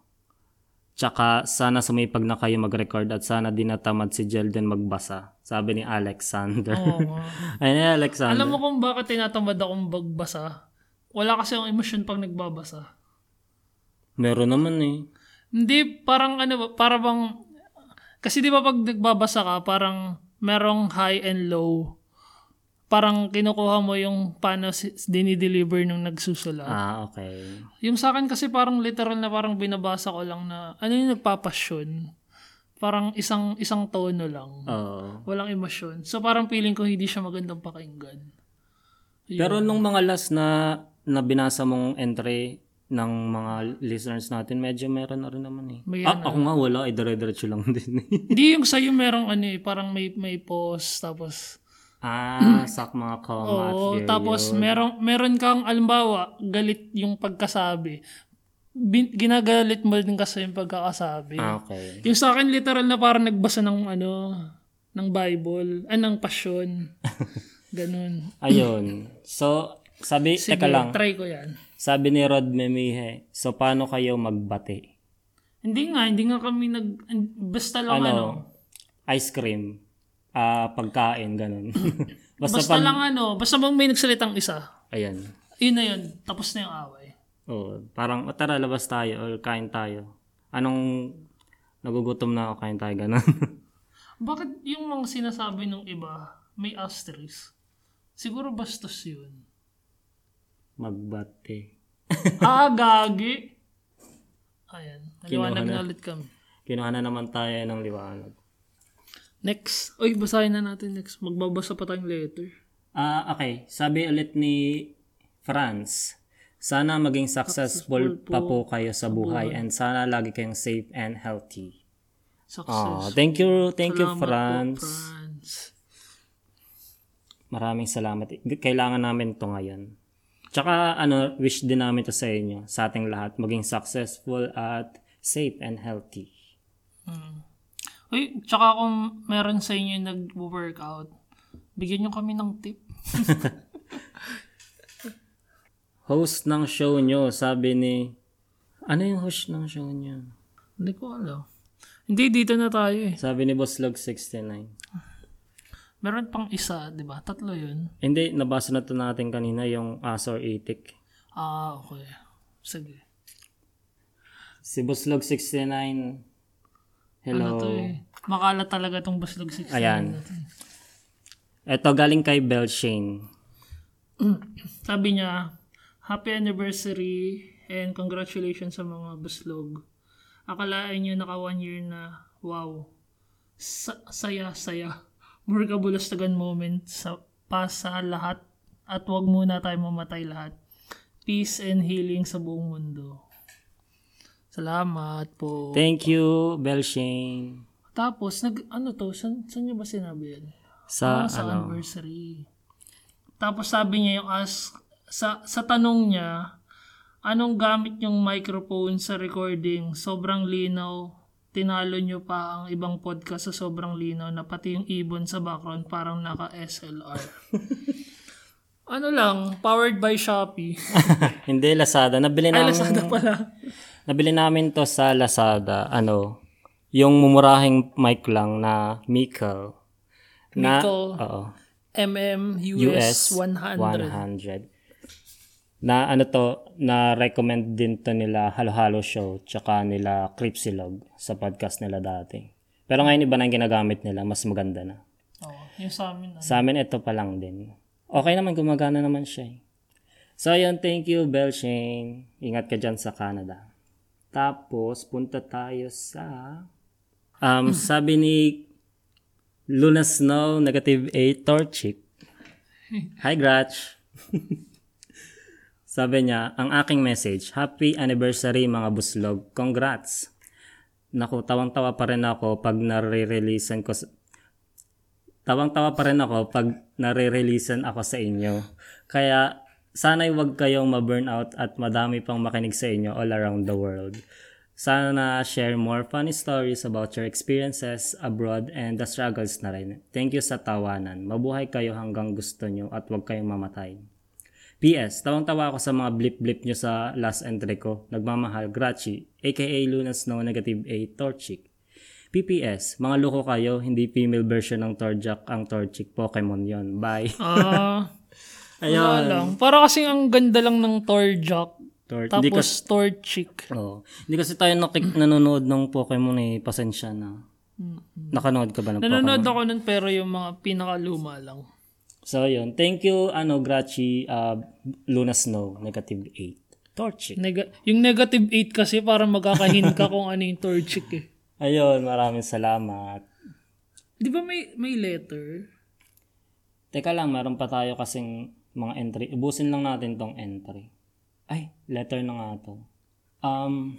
S1: Tsaka sana sumipag na kayo mag-record at sana di natamad si Jelden magbasa. Sabi ni Alexander.
S2: Oo nga.
S1: Ayun eh, Alexander.
S2: Alam mo kung bakit tinatamad akong magbasa? Wala kasi yung emosyon pag nagbabasa.
S1: Meron naman eh.
S2: Hindi, parang ano ba, para bang, kasi di ba pag nagbabasa ka, parang merong high and low. Parang kinukuha mo yung paano si- dinideliver nung nagsusulat.
S1: Ah, okay.
S2: Yung sa akin kasi parang literal na parang binabasa ko lang na, ano yung nagpapasyon? Parang isang isang tono lang.
S1: Oo.
S2: Walang emosyon. So parang feeling ko hindi siya magandang pakinggan.
S1: Pero nung mga last na, na binasa mong entry ng mga listeners natin, medyo meron na rin naman eh.
S2: Mayroon
S1: Ah, ako nga wala, eh, dire-diretso lang din eh.
S2: ano. Hindi yung sa'yo merong ano eh, parang may, may pause, tapos,
S1: ah, sak mga comma.
S2: oo,
S1: theory.
S2: tapos merong, meron kang, alimbawa, galit yung pagkasabi. Bin, ginagalit mo din kasi yung pagkakasabi.
S1: Ah, okay.
S2: Yung sa akin, literal na parang nagbasa ng ano, ng Bible, ah, ng pasyon. Ganun.
S1: Ayun. So, sabi,
S2: Sige,
S1: teka lang.
S2: try ko yan.
S1: Sabi ni Rod Memihe, so paano kayo magbati?
S2: Hindi nga, hindi nga kami nag, basta lang ano,
S1: Ano? Ice cream. Ah, pagkain, ganun. Basta,
S2: basta lang ano, basta bang may nagsalitang isa.
S1: ayan.
S2: Yun na yun, tapos na yung away.
S1: Oo. Parang, "O, tara, labas tayo or kain tayo. Anong, nagugutom na ako, kain tayo, gano'n.
S2: Bakit yung mga sinasabi ng iba may asterisk? Siguro bastos yun.
S1: Magbate.
S2: ah, gagi! Ayan,
S1: Kinuha
S2: naliwanag na ulit kami.
S1: Kinuha na naman tayo ng liwanag.
S2: Next. Uy, basahin na natin next. Magbabasa pa tayong letter.
S1: Ah, okay. Sabi ulit ni Franz, sana maging successful, pa po kayo sa buhay and sana lagi kayong safe and healthy. Ah,
S2: Success.
S1: thank you, thank you,
S2: Salamat
S1: Franz.
S2: po, Franz.
S1: Maraming salamat. Kailangan namin to ngayon. Tsaka ano, wish din namin to sa inyo, sa ating lahat, maging successful at safe and healthy.
S2: Mm. Uy, tsaka kung meron sa inyo yung nag-workout, bigyan nyo kami ng tip.
S1: Host ng show nyo, sabi ni... Ano yung host ng show nyo?
S2: Hindi ko alam. Hindi, dito na tayo eh.
S1: Sabi ni Boss Log 69.
S2: Meron pang isa, di ba? Tatlo yun.
S1: Hindi, nabasa na to natin kanina yung aso or itik.
S2: Ah, okay. Sige.
S1: Si Buslog69, hello.
S2: Ito eh. Makala talaga itong baslog 69
S1: Ayan.
S2: natin.
S1: Ito galing kay Bell Shane.
S2: Sabi niya, Happy anniversary and congratulations sa mga buslog. Akalain nyo naka one year na wow. Sa- saya, saya. More kabulastagan moment sa pa sa lahat at wag muna tayo mamatay lahat. Peace and healing sa buong mundo. Salamat po.
S1: Thank you, Belshane.
S2: Tapos, nag, ano to, san, saan niya ba sinabi yan?
S1: Sa,
S2: Ah, sa
S1: ano,
S2: anniversary. Tapos sabi niya yung ask, sa, sa tanong niya, anong gamit yung microphone sa recording? Sobrang linaw. Tinalo niyo pa ang ibang podcast sa sobrang linaw na pati yung ibon sa background parang naka-SLR. ano lang, powered by Shopee.
S1: hindi, Lazada. Nabili
S2: Ay,
S1: namin,
S2: Lazada pala.
S1: nabili namin to sa Lazada. Ano, yung mumurahing mic lang na Mikkel. Na,
S2: Mikkel.
S1: Oo.
S2: MM US,
S1: US
S2: 100.
S1: 100. Na ano to, na recommend din to nila Halo Halo Show tsaka nila Cripsilog sa podcast nila dati. Pero ngayon iba na yung ginagamit nila, mas maganda na.
S2: Oo, yung sa amin. ano.
S1: Sa amin ito pa lang din. Okay naman, gumagana naman siya eh. So yun, thank you Belshane. Ingat ka dyan sa Canada. Tapos, punta tayo sa... Um, sabi ni Luna Snow, negative 8, Torchic. Hi, Gratch. Sabi niya, ang aking message, happy anniversary mga buslog. Congrats. Naku, tawang-tawa pa rin ako pag nare-releasean ko sa- Tawang-tawa pa rin ako pag nare-releasean ako sa inyo. Kaya sana'y wag kayong ma-burn out at madami pang makinig sa inyo all around the world. Sana share more funny stories about your experiences abroad and the struggles na rin. Thank you sa tawanan. Mabuhay kayo hanggang gusto nyo at wag kayong mamatay. PS, tawang-tawa ako sa mga blip-blip nyo sa last entry ko. Nagmamahal, Grachi, aka Luna Snow Negative 8, Torchic. PPS, mga loko kayo, hindi female version ng Torjak ang Torchic Pokemon yon. Bye.
S2: Ah, wala
S1: Ayun.
S2: lang. Para kasi ang ganda lang ng Torjak.
S1: Tor- hindi
S2: Tapos
S1: kasi,
S2: Torchic.
S1: oh, hindi kasi tayo nakik- nanonood ng Pokemon eh, pasensya na. Nakanood ka ba ng
S2: Mm-hmm. Nanonood
S1: Pokemon?
S2: ako nun pero yung mga pinakaluma lang.
S1: So yun, thank you ano Grachi uh, Luna Snow Negative 8 Torchic.
S2: Nega- yung negative 8 kasi para magkakahin ka kung ano yung Torchic eh.
S1: Ayun, maraming salamat.
S2: Di ba may, may letter?
S1: Teka lang, meron pa tayo kasing mga entry. Ubusin lang natin tong entry. Ay, letter na nga to. Um,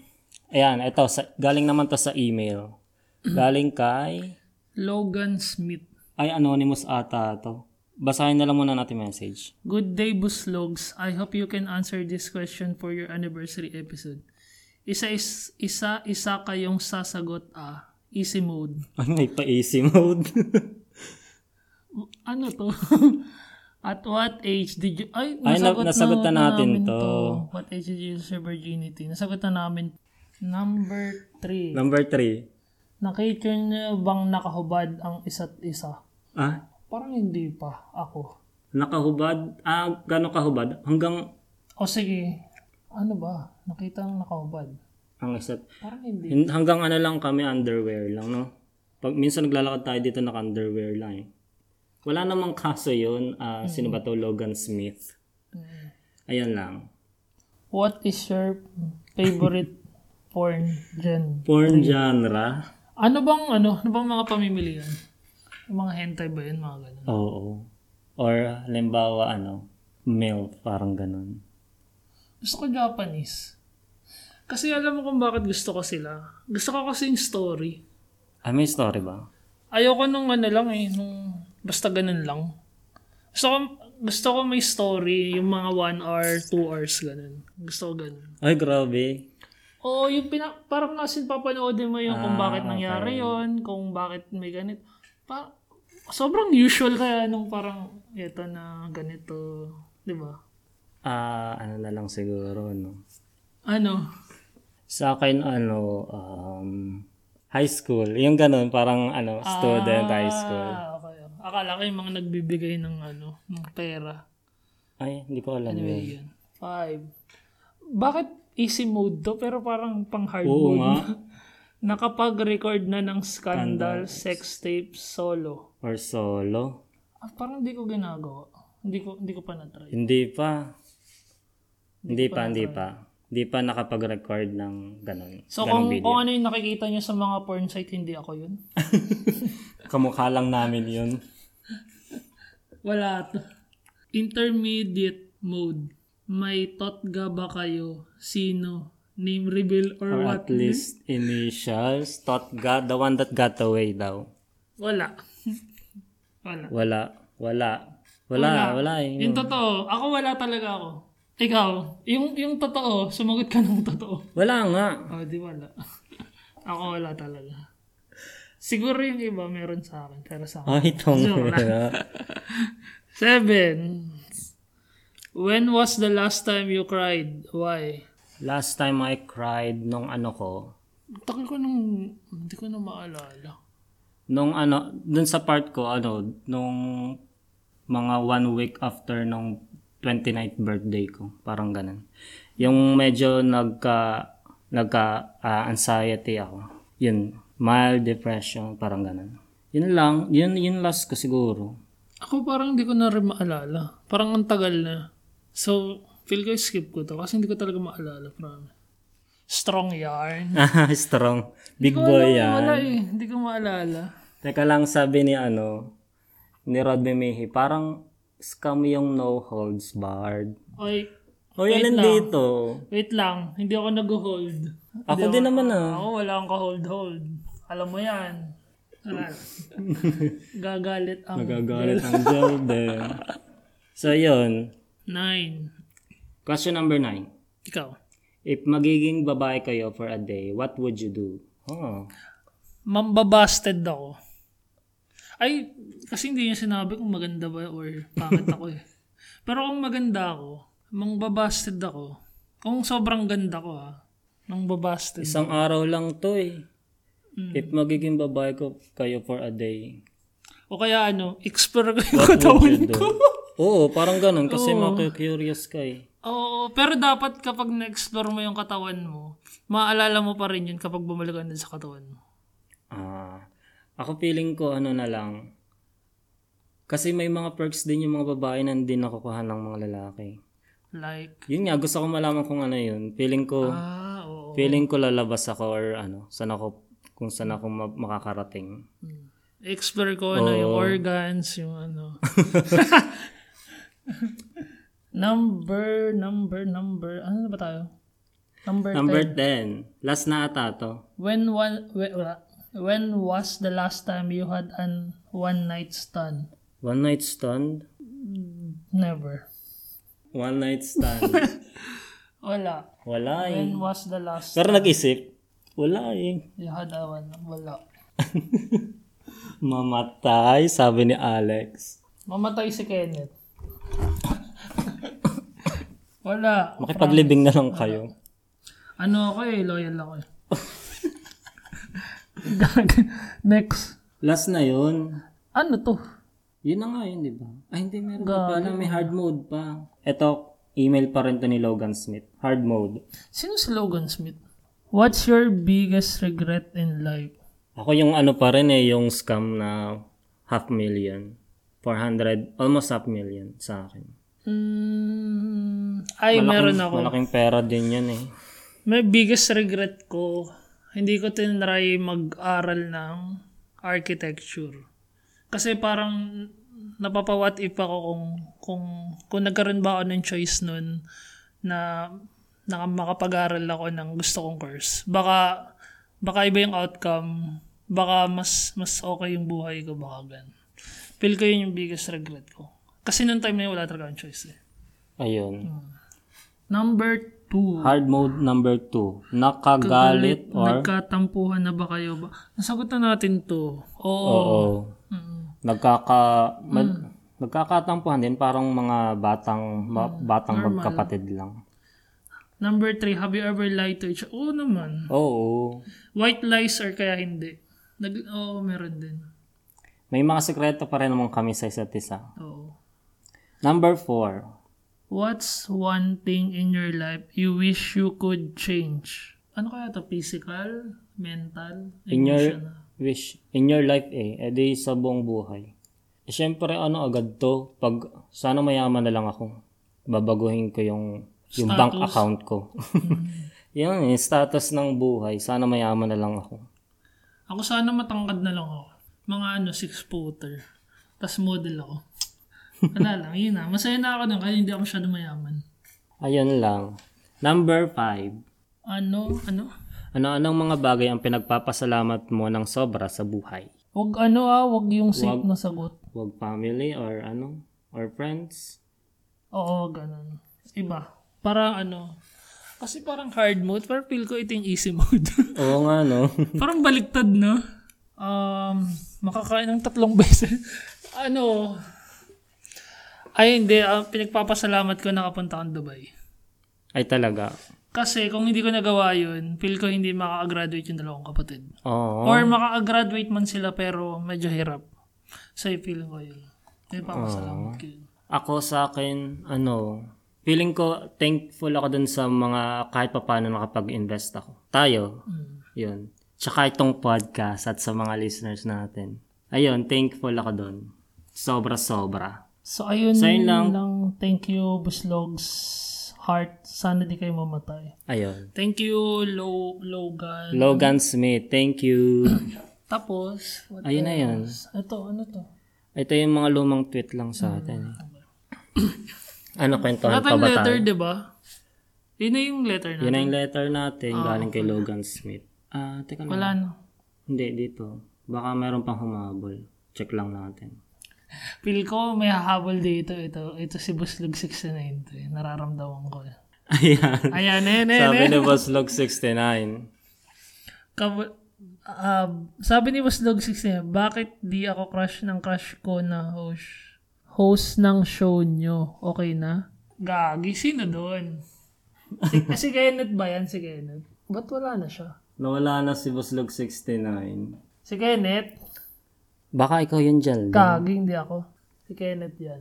S1: ayan, ito. Sa, galing naman to sa email. Galing kay...
S2: Logan Smith.
S1: Ay, anonymous ata to. Basahin na lang muna natin message.
S2: Good day, Buslogs. I hope you can answer this question for your anniversary episode. Isa is, isa isa kayong sasagot ah. Easy mode.
S1: Ay, may pa-AC mode.
S2: Ano to? At what age did you... Ay,
S1: Ay, na-
S2: nasagot,
S1: nasagot na natin
S2: namin
S1: to.
S2: What age did you lose your virginity? Nasagot na namin. Number 3.
S1: Number 3.
S2: Nakita niyo bang nakahubad ang isa't isa?
S1: Ah,
S2: Parang hindi pa ako.
S1: nakahubad. Ah, gano'ng kahubad? Hanggang...
S2: O sige, ano ba? Nakita ang nakahubad.
S1: Ang isa't...
S2: Parang hindi.
S1: hin- Hanggang ano lang kami, underwear lang, no? Pag minsan naglalakad tayo dito, naka-underwear lang eh. Wala namang kaso yun. ah, Sino ba to? Logan Smith. Ayan lang.
S2: Mm. What is your favorite porn gen?
S1: Porn genre?
S2: Ano bang ano? Ano bang mga pamimili yun? Yung mga hentai ba yun? Mga ganun.
S1: Oo. Or, halimbawa, ano, male, parang ganun.
S2: Gusto ko Japanese. Kasi alam mo kung bakit gusto ko sila. Gusto ko kasi yung story.
S1: Ah, may story ba?
S2: Ayoko nung ano lang eh, nung basta ganun lang. Gusto ko, gusto ko may story, yung mga one hour, two hours, ganun. Gusto ko ganun.
S1: Ay, grabe.
S2: Oo, yung pina, parang kasi papanoodin mo yung kung bakit nangyari yon kung bakit may ganit. Pa, sobrang usual kaya nung parang, eto na ganito, di ba?
S1: Ah, ano na lang siguro, no?
S2: Ano?
S1: Sa akin, ano, um, high school. Yung ganun, parang, ano, student high school.
S2: Ah, okay. Akala ko yung mga nagbibigay ng ano, ng pera.
S1: Ay, hindi ko alam
S2: Anyway,
S1: yun.
S2: yun. Five. Bakit easy mode to pero parang pang hard
S1: Oo
S2: mode?
S1: nga.
S2: Nakapag-record na ng scandal, sex tape, solo.
S1: Or solo.
S2: Ah, parang hindi ko ginagawa. Hindi ko, hindi ko pa na-try.
S1: Hindi pa.
S2: Hindi
S1: Hindi pa, hindi pa. Hindi pa nakapag-record ng ganun.
S2: So,
S1: ganung
S2: kung,
S1: video.
S2: kung ano yung nakikita nyo sa mga porn site, hindi ako yun.
S1: Kamukha lang namin yun.
S2: Wala to. Intermediate mode. May totga ba kayo? Sino? Name reveal or,
S1: Or
S2: what?
S1: at least initials. Thought got, the one that got away daw.
S2: Wala. wala.
S1: Wala. Wala. Wala. Wala, eh.
S2: Yung totoo, ako wala talaga ako. Ikaw, yung, yung totoo, sumagot ka ng totoo.
S1: Wala nga.
S2: Oh, di wala. ako wala talaga. Siguro yung iba meron sa akin, pero sa akin.
S1: Ay, tong.
S2: Seven. When was the last time you cried? Why?
S1: Last time I cried nung ano ko,
S2: Takal ko nung, hindi ko na maalala.
S1: nung ano, dun sa part ko, ano, nung mga one week after nung 29th birthday ko. Parang ganun. Yung medyo nagka, nagka ah, anxiety ako. Yun, mild depression, parang ganun. Yun lang, yun, yun last ko siguro.
S2: Ako parang hindi ko na rin maalala. Parang ang tagal na. So, feel ko skip ko to kasi hindi ko talaga maalala. Promise. Strong yarn.
S1: Ah, strong. Big boy
S2: Wala,
S1: yan.
S2: wala eh. Hindi ko maalala.
S1: Teka lang sabi ni ano, ni Rod Memehi, parang scam yung no holds barred.
S2: Oy,
S1: O yun lang dito.
S2: wait lang. Hindi ako nag-hold.
S1: Ako din naman ah.
S2: Ako wala akong ka-hold-hold. Alam mo yan. Aral. Gagalit ang
S1: Nagagalit ang Jordan. so yun,
S2: nine.
S1: question number nine.
S2: Ikaw.
S1: If magiging babae kayo for a day, what would you do? Oh.
S2: Mambabasted ako. Ay, kasi hindi niya sinabi kung maganda ba or pangit ako eh. Pero kung maganda ako, mambabasted ako. Kung sobrang ganda ko ha, mambabasted.
S1: Isang araw lang to eh. If magiging babae ko kayo for a day,
S2: O kaya ano, explore ko yung katawan
S1: you do?
S2: ko.
S1: Oo, parang ganun kasi maku-curious ka eh.
S2: Oo, pero dapat kapag na-explore mo yung katawan mo, maaalala mo pa rin yun kapag bumalik ka na sa katawan mo.
S1: Ah, ako feeling ko ano na lang. Kasi may mga perks din yung mga babae na hindi nakukuha ng mga lalaki.
S2: Like,
S1: Yun nga, gusto ko malaman kung ano yun. Feeling ko,
S2: ah, oo.
S1: feeling ko lalabas ako or ano, saan ako, kung saan ako ma- makakarating.
S2: Explore ko ano, yung organs, yung ano. number, number, number. Ano na ba tayo? Number,
S1: Number 10.
S2: 10.
S1: Last na ata to.
S2: When, one, we- wala. when was the last time you had an one-night stand?
S1: One night stand?
S2: Never.
S1: One night stand.
S2: Wala.
S1: Wala eh.
S2: When was the last
S1: Pero nag-isip, wala eh.
S2: you had a one? Wala.
S1: Mamatay, sabi ni Alex.
S2: Mamatay si Kenneth. Wala.
S1: Makipaglibing na lang kayo.
S2: Ano ako eh, loyal ako eh. Gag. Next.
S1: Last na yun.
S2: Ano to?
S1: Yun na nga yun, di ba? Ay, hindi, meron pa pala. May hard mode pa. Ito, email pa rin to ni Logan Smith. Hard mode.
S2: Sino si Logan Smith? What's your biggest regret in life?
S1: Ako yung ano pa rin eh, yung scam na half million. 400, almost half million sa akin.
S2: Mm, ay, meron ako.
S1: Malaking pera din yun eh.
S2: May biggest regret ko, hindi ko tinry mag-aral ng architecture. Kasi parang napapawat if ako kung, kung, kung nagkaroon ba ako ng choice nun na, na makapag-aral ako ng gusto kong course. Baka, baka iba yung outcome. Baka mas, mas okay yung buhay ko. Baka gan. Feel ko yun yung biggest regret ko. Kasi nung time na yun, wala talaga akong choice eh.
S1: Ayun.
S2: Number two.
S1: Hard mode number 2. Nakagalit or...
S2: Nagkatampuhan na ba kayo? Ba? Nasagot na natin to. Oo.
S1: Oo.
S2: Mm.
S1: Nagkaka... Mag, Nagkakatampuhan din parang mga batang ma-
S2: Mm.
S1: batang magkapatid lang.
S2: Number three, have you ever lied to each other? Oo naman.
S1: Oo.
S2: White lies or kaya hindi? Nag Oo, meron din.
S1: May mga sekreto pa rin naman kami sa isa't isa.
S2: Oo.
S1: Number four.
S2: What's one thing in your life you wish you could change? Ano kaya to? Physical? Mental?
S1: In your
S2: Emotional?
S1: wish, in your life eh, edi sa buong buhay. Eh, Siyempre ano agad to, pag sana mayaman na lang ako. Babaguhin ko yung yung bank account ko. Yun, yung status ng buhay. Sana mayaman na lang ako.
S2: Ako sana matangkad na lang ako. Mga ano, six-footer. Tapos model ako. Wala lang, yun na. Masaya na ako nun, kaya hindi ako masyado mayaman.
S1: Ayun lang. Number five.
S2: Ano, ano?
S1: Ano-anong mga bagay ang pinagpapasalamat mo ng sobra sa buhay?
S2: Wag ano ah, wag yung safe na sagot.
S1: Huwag family or ano? Or friends?
S2: Oo, ganun. Iba. Parang ano, kasi parang hard mode, parang feel ko ito yung easy mode.
S1: Oo nga, no?
S2: parang baliktad, no? Um, makakain ng tatlong beses. ano, ay hindi, ah, pinagpapasalamat ko nakapunta akong Dubai.
S1: Ay talaga.
S2: Kasi kung hindi ko nagawa yun, feel ko hindi makakagraduate yung dalawang kapatid.
S1: Oo.
S2: Or makakagraduate man sila pero medyo hirap. So, feel ko yun. Pinagpapasalamat ko yun.
S1: Ako sa akin, ano, feeling ko thankful ako dun sa mga kahit papaano nakapag-invest ako. Tayo. Yun. Tsaka itong podcast at sa mga listeners natin. Ayun, thankful ako dun. Sobra-sobra.
S2: So, ayun
S1: So, yun lang.
S2: Thank you, Buslogs. Heart. Sana di kayo mamatay.
S1: Ayun.
S2: Thank you, Lo Logan.
S1: Logan Smith, thank you.
S2: Tapos, what
S1: Ayun na yun.
S2: else? Ito, ano to?
S1: Ito yung mga lumang tweet lang sa atin. eh. ano, kwentuhan
S2: Wala
S1: pa
S2: tayong
S1: ba
S2: letter,
S1: tayo?
S2: di ba? Yun na yung letter na.
S1: Yun ang letter natin galing kay Logan Smith. Ah, teka lang.
S2: Wala na.
S1: Hindi, dito. Baka meron pang humabol. Check lang natin.
S2: Feel ko may hahabol dito. Ito, ito si Buslog 69. to eh. Nararamdaman ko. eh.
S1: Ayan.
S2: Ayan, eh, eh,
S1: Sabi
S2: eh.
S1: ni Boslog69.
S2: Kab- ah, sabi ni Buslog 69, bakit di ako crush ng crush ko na host? Host ng show nyo. Okay na? Gagi, sino doon? Si, si Kenneth ba yan? Si Kenneth. Ba't wala na siya?
S1: Nawala na si Boslog69.
S2: Si Kenneth.
S1: Baka ikaw yun dyan.
S2: Gagi, hindi ako. Si Kenneth yan.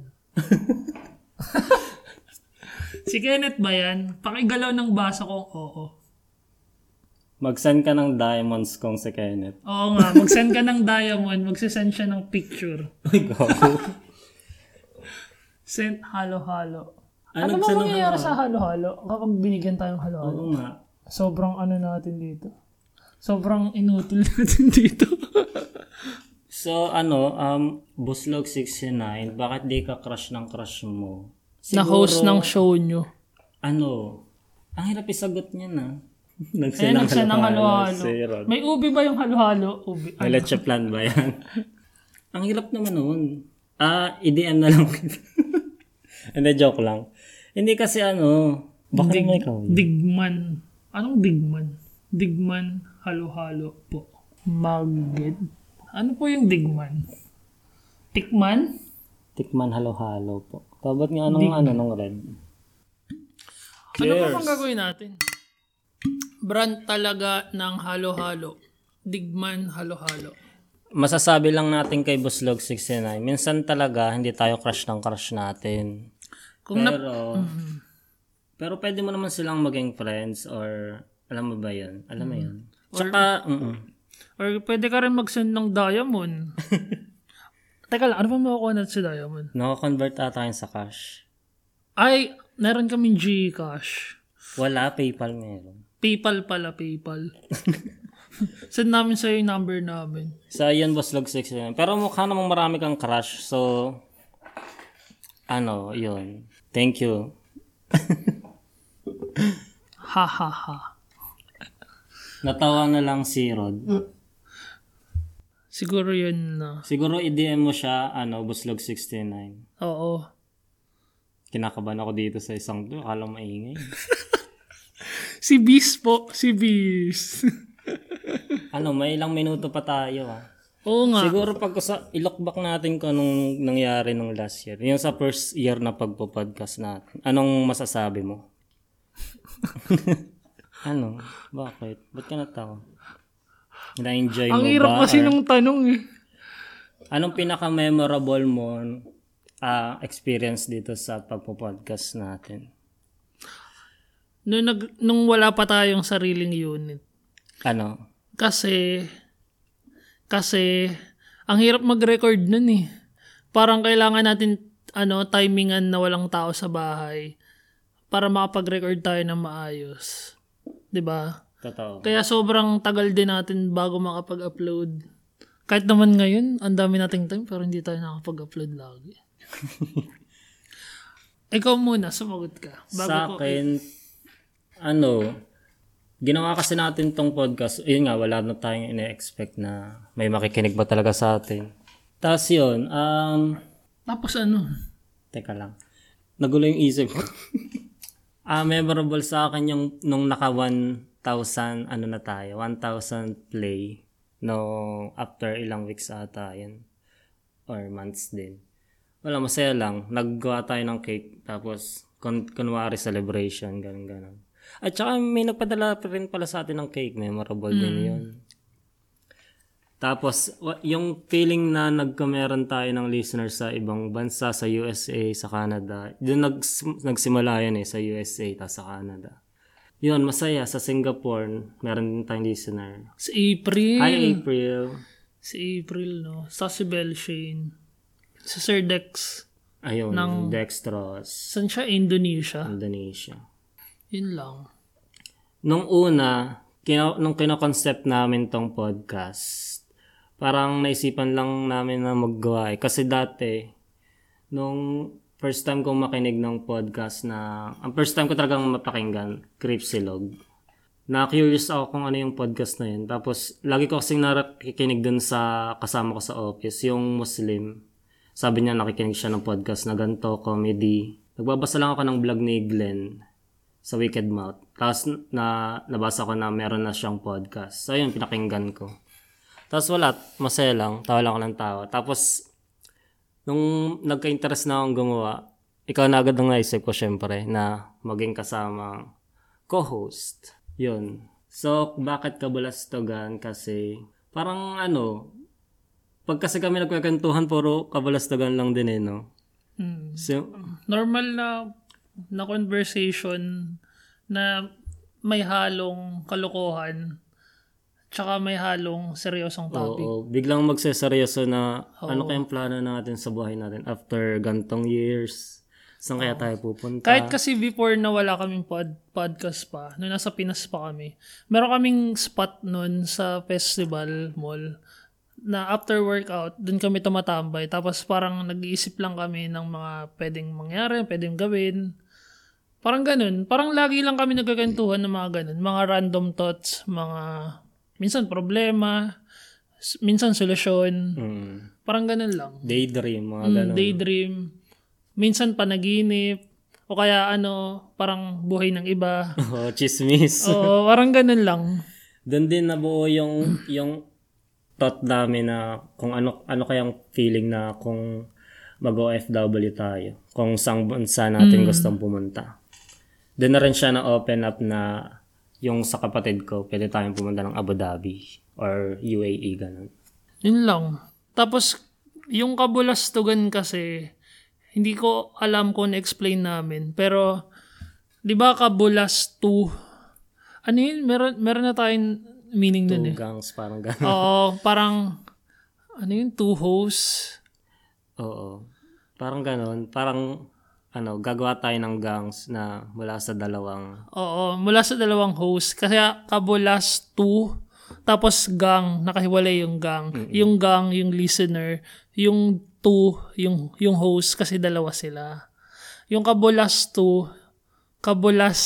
S2: si Kenneth ba yan? Pakigalaw ng baso kong oo.
S1: Mag-send ka ng diamonds kung si Kenneth.
S2: Oo nga, mag-send ka ng diamond, magsisend siya ng picture.
S1: Ay, go.
S2: Send halo-halo.
S1: Ah,
S2: ano
S1: nagsend
S2: bang
S1: ng
S2: mangyayari sa halo-halo kapag binigyan tayong halo-halo?
S1: Oo nga.
S2: Sobrang ano natin dito. Sobrang inutil natin dito.
S1: So, ano, um, Boslog69, bakit di ka crush ng crush mo?
S2: Na-host ng show nyo.
S1: Ano? Ang hirap isagot niya na.
S2: Ayan,
S1: Nagsinang
S2: nagsend ng halo-halo.
S1: Si Rod.
S2: May ubi ba yung halo-halo? Ubi.
S1: May leche plan ba yan? Ang hirap naman nun. Ah, i-DM na lang kita. Hindi, joke lang. Hindi kasi ano, baka naman ikaw.
S2: Digman. Anong digman? Digman, halo-halo po. Magid. Ano po yung digman? Tikman?
S1: Tikman halo-halo po. Tabat nga anong ano nung red.
S2: Ano ba bang gagawin natin? Brand talaga ng halo-halo. Digman, halo-halo.
S1: Masasabi lang natin kay Buslog69, minsan talaga hindi tayo crush ng crush natin.
S2: Kung na-
S1: pero, pero pwede mo naman silang maging friends or alam mo ba yun? Alam mo yun? Tsaka, mm
S2: Or pwede ka rin mag-send ng diamond. Teka lang, ano ba makukuha natin sa diamond?
S1: Nakakonvert ata yun sa cash.
S2: Ay, meron kaming Gcash.
S1: Wala, PayPal meron.
S2: PayPal pala, PayPal. Send namin sa'yo yung number namin.
S1: Sa yan boss log 69. Pero mukha namang marami kang crush. So, ano, yun. Thank you.
S2: Ha ha ha.
S1: Natawa na lang si Rod.
S2: Siguro yun na.
S1: Siguro i-DM mo siya, ano, buslog 69.
S2: Oo.
S1: Kinakabahan ako dito sa isang to. Akala mo maingay.
S2: Si Beast po. Si Beast.
S1: ano, may ilang minuto pa tayo ah.
S2: Oo nga.
S1: Siguro pag sa, i-look back natin kung anong nangyari nung last year. Yung sa first year na pagpo-podcast natin. Anong masasabi mo? ano? Bakit? Ba't ka natawa? Na-enjoy
S2: Ang
S1: mo
S2: hirap
S1: ba?
S2: kasi nung tanong eh.
S1: Anong pinaka-memorable mo ah, experience dito sa pagpo-podcast natin?
S2: Nung, nag, nung wala pa tayong sariling unit.
S1: Ano?
S2: Kasi, kasi, ang hirap mag-record nun eh. Parang kailangan natin, ano, timingan na walang tao sa bahay. para makapag-record tayo ng maayos. 'Di ba?
S1: Totoo.
S2: Kaya sobrang tagal din natin bago makapag-upload. Kahit naman ngayon, ang dami nating time pero hindi tayo nakapag-upload lagi. Ikaw muna, sumagot ka. Bago
S1: sa
S2: ko,
S1: akin, ano, ginawa kasi natin tong podcast, yun nga, wala na tayong ina-expect na may makikinig ba talaga sa atin. Tapos yun, um,
S2: tapos ano?
S1: teka lang, nagulo yung isip ko. ah, memorable sa akin yung nung naka 1,000, ano na tayo, 1,000 play no after ilang weeks ata yun or months din. Wala, masaya lang. Naggawa tayo ng cake, tapos kun- kunwari celebration, ganun ganun. At saka may nagpadala pa rin pala sa atin ng cake, memorable din yun. Tapos, wa- yung feeling na nagkameron tayo ng listeners sa ibang bansa, sa USA, sa Canada, doon nags- nagsimula yun eh, sa USA, tapos sa Canada. Yun, masaya. Sa Singapore, meron din tayong listener.
S2: Si April.
S1: Hi, April.
S2: Si April, no? Sa si Belle Shane. Si Sir Dex.
S1: Ayun, Dextros,
S2: Saan siya? Indonesia.
S1: Indonesia.
S2: Yun lang.
S1: nung una, kina, nung kinoconcept namin tong podcast, parang naisipan lang namin na maggawa eh. Kasi dati, nung first time kong makinig ng podcast na, ang first time ko talagang mapakinggan, Cripsilog. Na-curious ako kung ano yung podcast na yun. Tapos, lagi ko kasing nakikinig dun sa kasama ko sa office, yung Muslim. Sabi niya nakikinig siya ng podcast na ganito, comedy. Nagbabasa lang ako ng vlog ni Glenn sa Wicked Mouth. Tapos na nabasa ko na meron na siyang podcast. So yun, pinakinggan ko. Tapos wala, masaya lang, tawa lang ako ng tawa. Tapos, nung nagka-interest na akong gumawa, ikaw na agad ang naisip ko syempre na maging kasama co-host. Yun. So, bakit kabalastogan? Kasi, parang ano, pag kasi kami nagkakantuhan, puro kabalastogan lang din eh, no?
S2: Mm.
S1: So,
S2: Normal na na conversation na may halong kalokohan tsaka may halong seryosong topic.
S1: Oo, biglang magseseryoso na ano kayang plano natin sa buhay natin after gantong years. Saan kaya tayo pupunta?
S2: Kahit kasi before na wala kaming pod, podcast pa, nung nasa Pinas pa kami, meron kaming spot nun sa festival mall na after workout, dun kami tumatambay. Tapos parang nag-iisip lang kami ng mga pwedeng mangyari, pwedeng gawin. Parang ganun. Parang lagi lang kami nagkagantuhan ng mga ganun. Mga random thoughts, mga minsan problema, s- minsan solusyon.
S1: Mm,
S2: Parang ganun lang
S1: daydream, mga
S2: mm,
S1: ganun.
S2: daydream. Minsan panaginip. O kaya ano, parang buhay ng iba.
S1: Oo, chismis.
S2: Oo, parang ganun lang.
S1: Doon din nabuo yung, yung thought namin na kung ano, ano kayang feeling na kung mag-OFW tayo. Kung saan bansa natin gustong pumunta. Doon na rin siya na-open up na yung sa kapatid ko, pwede tayong pumunta ng Abu Dhabi or UAE, ganun.
S2: Yun lang. Tapos, yung kabulastugan kasi, hindi ko alam kung na-explain namin. Pero, di ba kabulas to? Ano yun? Meron, meron na tayong meaning dun eh.
S1: Gangs, parang ganun.
S2: Oo, parang, ano yun? Two hosts?
S1: Oo. Parang ganon. Parang, ano, gagawa tayo ng gangs na mula sa dalawang.
S2: Oo, mula sa dalawang host. Kaya kabulas two, tapos gang, nakahiwalay yung gang. Yung gang, yung listener, yung two, yung, yung host, kasi dalawa sila. Yung kabulas two, kabulas,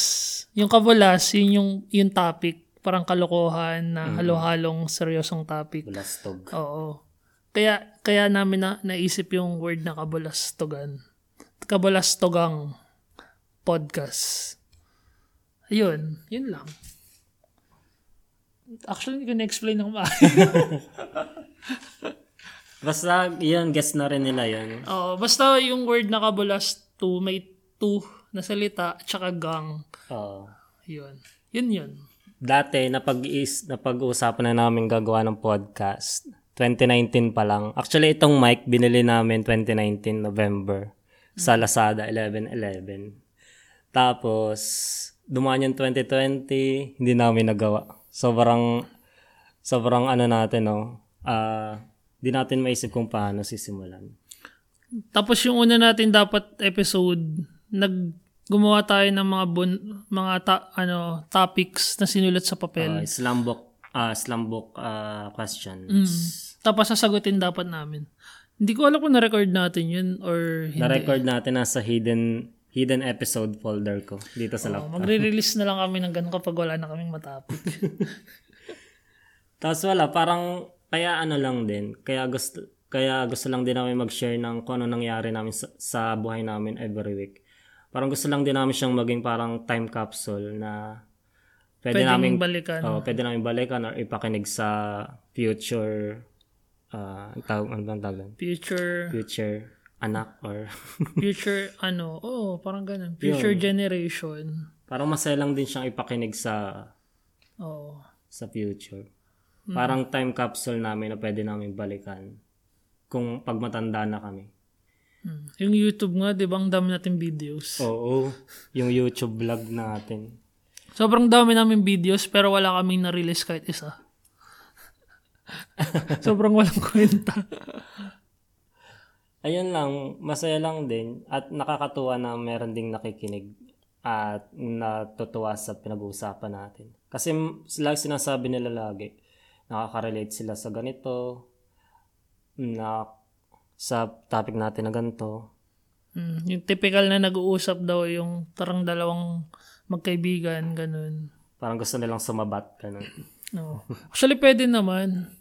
S2: yung kabulas, yun yung, yung topic. Parang kalokohan na halo-halong seryosong topic.
S1: Blastog.
S2: Oo. Kaya, kaya namin na, naisip yung word na kabalastogan. Kabalastogang podcast. Ayun. Yun lang. Actually, hindi ko na-explain ng maayos.
S1: Basta, yun, guess na rin nila yun.
S2: Oo. Basta yung word na kabalasto, may two na salita, tsaka gang.
S1: Oo.
S2: Yun. Yun yun.
S1: Dati, napag-is, napag-uusapan na namin gagawa ng podcast. 2019 pa lang. Actually, itong mic, binili namin 2019 November sa Lazada 1111. Tapos, dumaan yung 2020, hindi namin nagawa. Sobrang, sobrang ano natin, no? Ah, di natin maisip kung paano sisimulan.
S2: Tapos yung una natin dapat episode, nag gumawa tayo ng mga bon- mga ta- ano topics na sinulat sa papel.
S1: Uh, slam book, ah, slam book ah,
S2: Mm,
S1: questions.
S2: Tapos sasagutin dapat namin. Hindi ko alam kung na-record natin yun or hindi.
S1: Na-record natin nasa hidden hidden episode folder ko dito sa laptop.
S2: Magre-release na lang kami ng ganun kapag wala na kaming matapos.
S1: Tapos wala, parang kaya ano lang din, kaya gusto kaya gusto lang din namin mag-share ng kung ano nangyari namin sa, sa buhay namin every week. Parang gusto lang din namin siyang maging parang time capsule na pwede,
S2: Pwede
S1: namin
S2: balikan.
S1: oh, pwede namin balikan or ipakinig sa future ah ang tawag, ano ba ang tawag doon?
S2: Future,
S1: Future anak or
S2: future ano, oh, parang ganun. Future generation.
S1: parang masaya lang din siyang ipakinig sa
S2: Oh.
S1: sa future. Parang time capsule namin na pwede namin balikan kung pagmatanda na kami.
S2: Hmm. Yung YouTube nga, di ba? Ang dami nating videos.
S1: Oh. Oo, yung YouTube vlog natin.
S2: Sobrang dami namin videos pero wala kaming na-release kahit isa. Sobrang walang kwenta.
S1: Ayun lang, masaya lang din at nakakatuwa na meron ding nakikinig at natutuwa sa pinag-uusapan natin. Kasi m- sila sinasabi nila lagi, nakaka-relate sila sa ganito, na sa topic natin na ganito.
S2: Hmm. Yung typical na nag-uusap daw yung tarang dalawang magkaibigan, ganun.
S1: Parang gusto nilang sumabat. Ganun.
S2: No. Actually, pwede naman.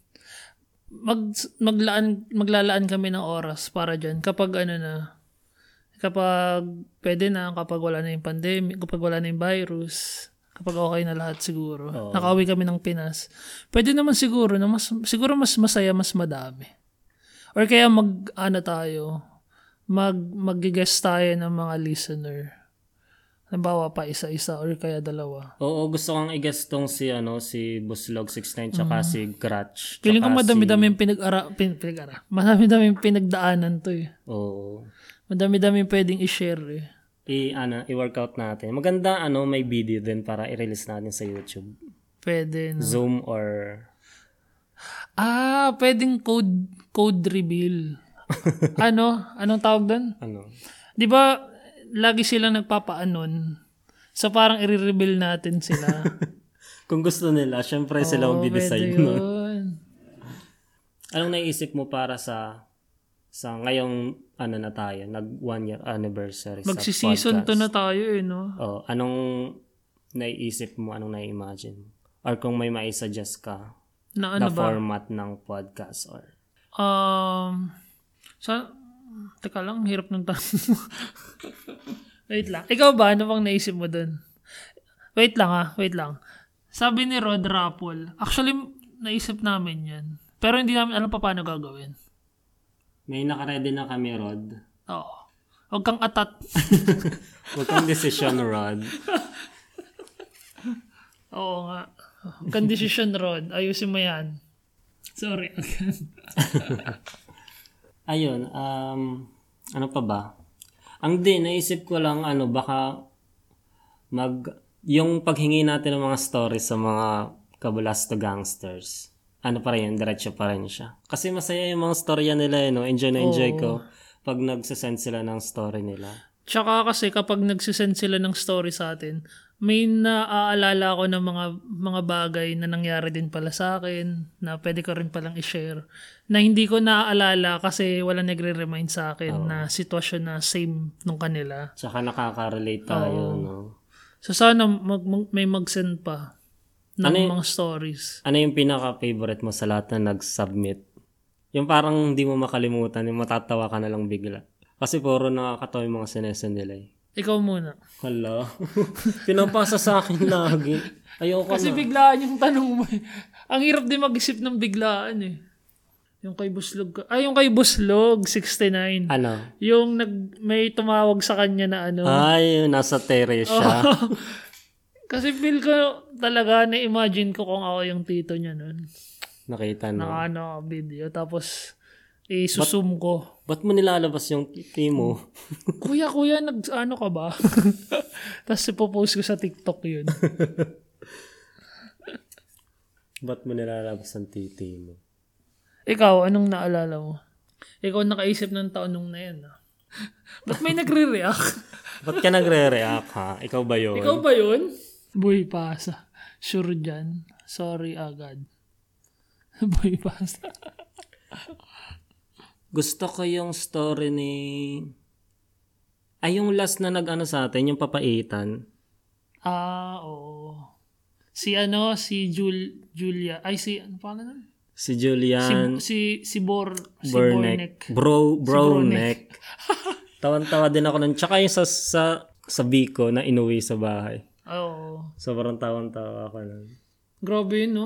S2: Mag, maglaan, maglalaan kami ng oras para dyan kapag ano na, kapag pwede na, kapag wala na yung pandemic, kapag wala na yung virus, kapag okay na lahat siguro. Nakauwi kami ng Pinas. Pwede naman siguro na mas, siguro mas masaya, mas madami. Or kaya mag, ano tayo, mag, mag-guest tayo ng mga listener. Halimbawa pa isa-isa or kaya dalawa.
S1: Oo, gusto kong i-guestong si ano si Buslog69 tsaka si Gratch.
S2: Feeling ko
S1: tsaka
S2: madami-dami yung pinag-ara, pin, pinag-ara. Madami-dami yung pinagdaanan to eh.
S1: si- Oo.
S2: Madami-dami yung pwedeng i-share eh.
S1: I, ano, i-workout natin. Maganda ano, may video din para i-release natin sa YouTube.
S2: Pwede no?
S1: Zoom or...
S2: Ah, pwedeng code code reveal. ano? Anong tawag doon?
S1: Ano?
S2: 'Di ba lagi sila nagpapaanon? So parang i-reveal natin sila.
S1: Kung gusto nila, syempre sila ang
S2: Pwede
S1: bidesign. No?
S2: yun.
S1: Anong naisip mo para sa sa ngayong ano na tayo, nag one year anniversary
S2: Magsi-season
S1: sa podcast?
S2: to na tayo eh, no?
S1: Oh, anong naiisip mo, anong nai-imagine mo? Or kung may maisuggest ka
S2: Na
S1: na
S2: ano ba?
S1: format ng podcast or
S2: Um, sa, teka lang, ang hirap ng tanong mo. wait lang. Ikaw ba? Ano bang naisip mo dun? Wait lang ha, wait lang. Sabi ni Rod Rapol, actually, naisip namin yan. Pero hindi namin alam pa paano gagawin.
S1: May nakaredy na kami, Rod.
S2: Oo. Huwag kang atat.
S1: Huwag kang decision, Rod.
S2: Oo nga. Huwag kang decision, Rod. Ayusin mo yan. Sorry.
S1: Ayun, um, ano pa ba? Ang din, naisip ko lang, ano, baka mag, yung paghingi natin ng mga stories sa mga kabulas to gangsters, ano pa rin yun, diretso pa rin siya. Kasi masaya yung mga storya nila, eh, no? enjoy na enjoy ko pag nagsasend sila ng story nila.
S2: Tsaka kasi kapag nagsisend sila ng story sa atin, may naaalala ko ng mga mga bagay na nangyari din pala sa akin na pwede ko rin palang i-share na hindi ko naaalala kasi wala nagre-remind sa akin na sitwasyon na same nung kanila.
S1: Tsaka nakaka-relate tayo, no?
S2: So sana mag, mag- may mag-send pa ng
S1: Ano
S2: mga stories.
S1: Ano yung pinaka-favorite mo sa lahat na nag-submit? Yung parang hindi mo makalimutan, yung matatawa ka na lang bigla. Kasi puro nakakatawa yung mga sinesend nila eh.
S2: Ikaw muna.
S1: Hala. Pinapasa sa akin lagi. Ayoko na.
S2: Kasi biglaan yung tanong mo. eh. Ang hirap din mag-isip ng biglaan eh. Yung kay Buslog. ka- Ay, yung kay Buslog, 69.
S1: Ano?
S2: Yung nag, may tumawag sa kanya na ano.
S1: Ay, nasa tere
S2: Oh.
S1: siya.
S2: Kasi feel ko talaga, na-imagine ko kung ako yung tito niya nun.
S1: Nakita na.
S2: Naka ano, video. Tapos, isusum ko.
S1: Ba't mo nilalabas yung titi mo?
S2: Kuya, kuya, nag, ano ka ba? Tapos ipopost ko sa TikTok yun.
S1: Ba't mo nilalabas ang titi mo?
S2: Ikaw, anong naalala mo? Ikaw nakaisip ng taon nung na yan. ah. Ba't may nagre-react?
S1: Ba't ka nagre-react ha? Ikaw ba yun?
S2: Ikaw ba yun? Boy, pasa. Sure dyan. Sorry agad. Boy, pasa.
S1: Gusto ko yung story ni... Ay, yung last na nag-ano sa atin, yung papaitan.
S2: Ah, oo. Si ano, si Jul, Julia. Ay, si, ano pa na?
S1: Si
S2: Si,
S1: Julian
S2: si, si Bor, si Bornek.
S1: Burnek. Bro,
S2: Bronek.
S1: Bronek. Tawan-tawa din ako nun. Tsaka yung sa, sa, sa Biko na inuwi sa bahay.
S2: Oo.
S1: Sobrang tawan-tawa ako nun.
S2: Grabe yun, no?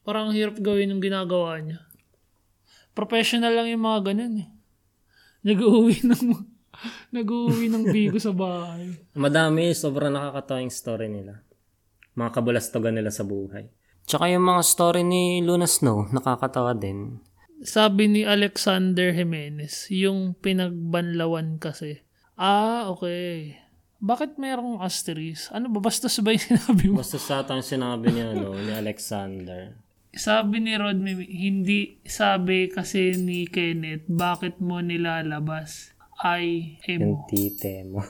S2: Parang ang hirap gawin yung ginagawa niya. Professional lang yung mga ganun eh. Nag-uwi ng nag-uwi ng bigo sa bahay.
S1: Madami, sobrang nakakatawa yung story nila. Mga kabalastogan nila sa buhay. Tsaka yung mga story ni Luna Snow, nakakatawa din.
S2: Sabi ni Alexander Jimenez, yung pinagbanlawan kasi. Ah, okay. Bakit merong asterisk? Ano ba? Bastos ba yung sinabi mo?
S1: Basta sa atang sinabi niya, no, ni Alexander.
S2: Sabi ni Rod, may- hindi sabi kasi ni Kenneth, bakit mo nilalabas? Ay, emo.
S1: Yung tite mo.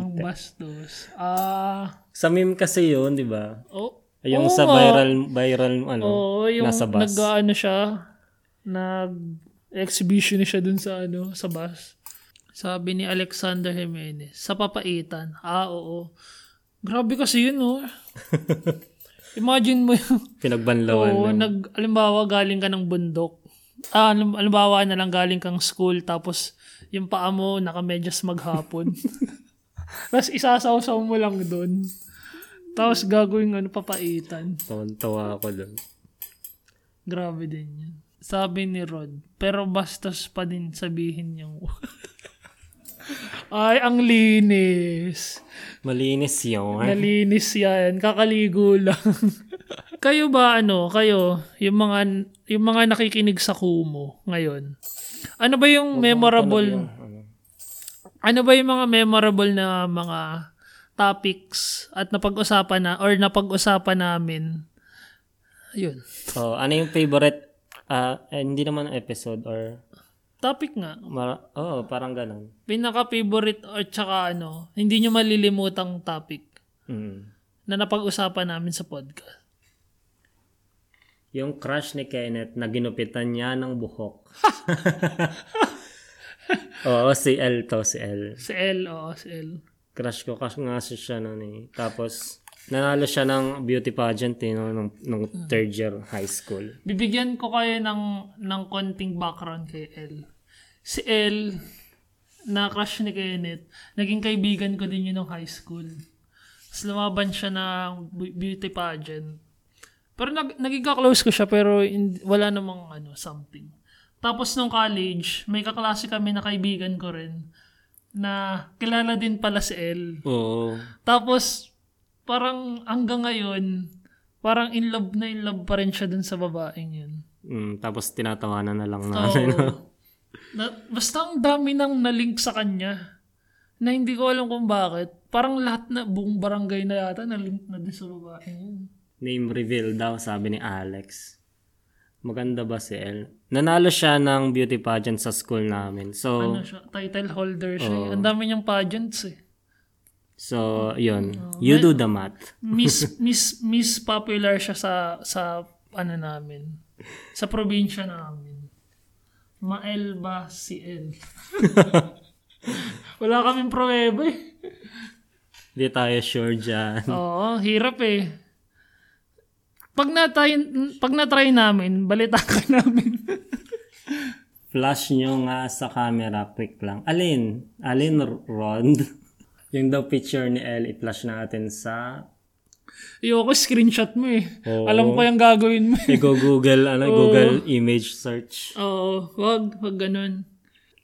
S2: Ang bastos. Ah,
S1: sa meme kasi yun, di ba?
S2: oh,
S1: Yung
S2: Oo
S1: sa
S2: nga.
S1: viral, viral, ano,
S2: Oo, yung
S1: nasa bus.
S2: nag-ano siya, nag-exhibition niya siya dun sa ano, sa bus. Sabi ni Alexander Jimenez, sa papaitan. Ah, oo. Grabe kasi yun, oh. Imagine mo yung,
S1: Pinagbanlawan.
S2: oo, nag, alimbawa, galing ka ng bundok. Ah, alim- alimbawa na lang galing kang school, tapos yung paa mo, nakamedyas maghapon. tapos isasawsaw mo lang dun. Tapos gagawin ano, papaitan.
S1: Tawan-tawa ako dun.
S2: Grabe din yun. Sabi ni Rod, pero bastos pa din sabihin yung... Ay, ang linis.
S1: Malinis yun.
S2: Nalinis yan. Kakaligo lang. kayo ba ano, kayo, yung mga yung mga nakikinig sa Kumu ngayon. Ano ba yung memorable ano ba yung mga memorable na mga topics at napag-usapan na or napag-usapan namin? Ayun.
S1: So, ano yung favorite, ah, eh, hindi naman episode or,
S2: Topic nga.
S1: mara- oh, parang ganun.
S2: pinaka-favorite or tsaka ano, hindi nyo malilimutang topic
S1: Mm.
S2: na napag-usapan namin sa podcast.
S1: Yung crush ni Kenneth na ginupitan niya ng buhok. Oo, si L to, si L.
S2: Si L, oo, si L.
S1: Crush ko kasi nga siya siya nun eh. Tapos, nanalo siya ng beauty pageant eh, no, nung, nung third year high school.
S2: Bibigyan ko kayo ng, ng konting background kay L. Si L, na crush ni Kenneth, naging kaibigan ko din yun nung high school. Tapos lumaban siya ng bu- beauty pageant. Pero nag, nagigka-close ko siya pero in- wala namang ano, something. Tapos nung college, may kaklase kami na kaibigan ko rin na kilala din pala si L.
S1: Oo.
S2: Tapos, parang hanggang ngayon, parang in love na in love pa rin siya dun sa babaeng yun.
S1: Mm, tapos tinatawanan na lang
S2: Oo.
S1: namin.
S2: na, basta ang dami nang nalink sa kanya na hindi ko alam kung bakit. Parang lahat na buong barangay na yata nalink na din sa babaeng yun.
S1: Name reveal daw, sabi ni Alex. Maganda ba si L? Nanalo siya ng beauty pageant sa school namin. So,
S2: Ano siya? Title holder siya. eh. Ang dami niyang pageants eh.
S1: so yun.
S2: Oh.
S1: You do the math.
S2: Miss, miss, miss popular siya sa, sa ano namin. Sa probinsya namin. Mael ba si El? Wala kaming pruweba eh.
S1: Hindi tayo sure dyan.
S2: Oo, hirap eh. Pag na-try, pag na-try namin, balita ka namin.
S1: Flash nyo nga sa camera, quick lang. Alin? Alin, Rond? Yung daw picture ni L, i-flash natin sa...
S2: Ayoko, screenshot mo eh.
S1: Oo.
S2: Alam ko yung gagawin mo. eh.
S1: I-google, ano, Google image search.
S2: Oo, wag, wag ganun.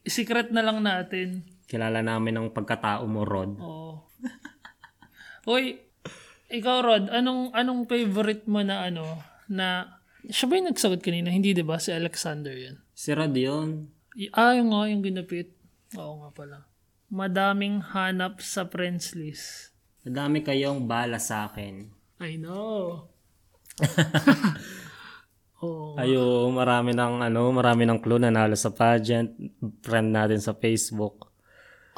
S2: Secret na lang natin.
S1: Kilala namin ang pagkatao mo, Rod.
S2: Oo. Hoy, ikaw Rod, anong anong favorite mo na ano na siya ba yung nagsagot kanina? Hindi 'di ba si Alexander 'yan?
S1: Si Rod yun.
S2: Y- Ah, yung nga, yung ginapit. Oo nga pala. Madaming hanap sa friends list.
S1: Madami kayong bala sa akin.
S2: I know. Oo Oo.
S1: Ayo, marami ng ano, marami ng clue nanalo sa pageant, friend natin sa Facebook.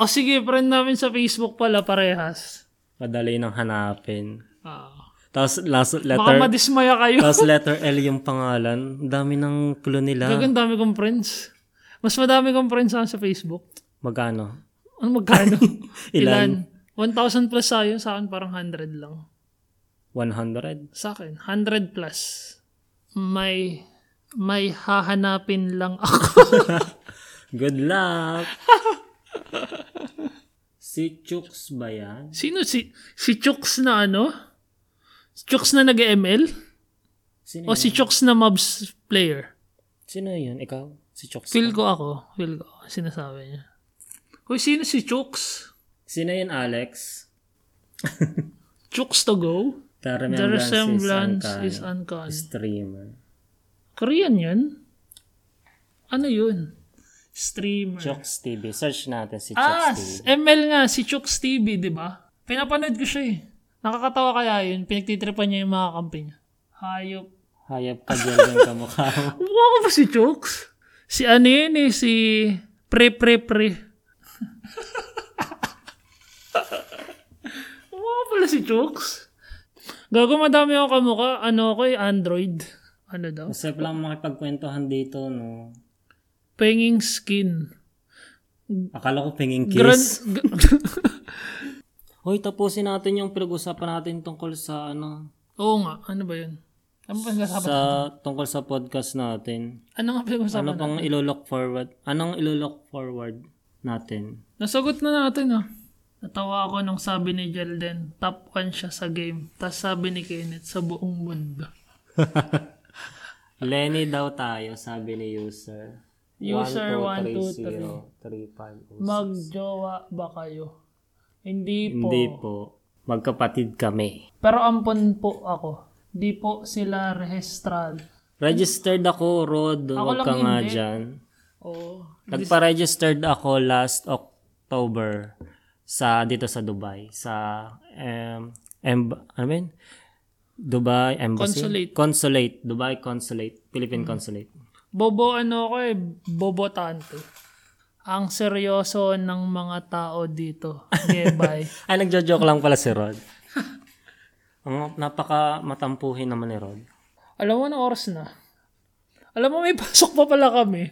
S2: O sige, friend namin sa Facebook pala parehas.
S1: Madali nang hanapin.
S2: Ah.
S1: Tapos last
S2: Baka
S1: letter,
S2: madismaya kayo.
S1: tapos letter L yung pangalan. Ang Dami ng clue nila.
S2: Gagawin dami kong friends. Mas madami kong friends ako sa Facebook.
S1: Magano?
S2: Ano magkano?
S1: Ilan?
S2: Ilan? 1,000 plus tayo. Sa akin parang 100 lang.
S1: 100?
S2: Sa akin, 100 plus. May, may hahanapin lang ako.
S1: Good luck! si Chooks ba yan?
S2: Sino si, si Chooks na ano? Si Chooks na nag-ML?
S1: Sino,
S2: O si Chooks na mobs player?
S1: sino yun? Ikaw? Si Chooks?
S2: Feel ko ako. Feel ko. ako. Sinasabi niya. Hoy, sino si Chooks?
S1: Sino yun, Alex?
S2: Chooks to go?
S1: The
S2: The
S1: resemblance,
S2: resemblance
S1: is,
S2: is
S1: uncanny.
S2: uncanny.
S1: Streamer.
S2: Korean yun? Ano yun? Streamer.
S1: Chooks TV. Search natin si Chooks
S2: ah,
S1: TV.
S2: s- ML nga, si Chooks TV, di ba? Pinapanood ko siya eh. Nakakatawa kaya yun, pinagtitripan niya yung mga kampi niya. Hayop.
S1: Hayop ka dyan yung kamukha mo.
S2: Mukha ko ba si Chooks? Si ano yun eh, si Pre Pre Pre. Mukha ko pala si Chooks. Gago madami ako kamukha. Ano ako eh, Android. Ano daw?
S1: Masarap lang makipagkwentuhan dito, no?
S2: Penging skin.
S1: Akala ko pinging kiss.
S2: Grand... g-
S1: Hoy, tapusin natin yung pinag-usapan natin tungkol sa ano,
S2: Oo nga, ano ba yun? Ano ba pinag-usapan?
S1: sa tungkol sa podcast natin.
S2: Ano nga pinag-usapan?
S1: Ano pang ilo-look forward? Anong ilo-look forward natin?
S2: Nasagot na natin ah. Natawa ako nung sabi ni Jelden, top 1 siya sa game. Tapos sabi ni Kenneth, sa buong mundo.
S1: Lenny daw tayo, sabi ni user.
S2: User
S1: 1230350.
S2: Magjowa ba kayo? Hindi po.
S1: Hindi po. Magkapatid kami.
S2: Pero ampon po ako. Hindi po sila registrad.
S1: Registered ako, Rod. Huwag
S2: lang
S1: ka nga
S2: hindi.
S1: dyan.
S2: Oo.
S1: Nagpa-registered ako last October sa dito sa Dubai sa um, emb- ano ba yun? Dubai Embassy
S2: Consulate. Hmm.
S1: Consulate Dubai Consulate Philippine Consulate
S2: Bobo ano ko eh, bobotante. Ang seryoso ng mga tao dito. Okay, bye.
S1: Ay nagjo-joke lang pala si Rod Ang napaka matampuhin naman ni Rod
S2: Alam mo na oras na. Alam mo may pasok pa pala kami.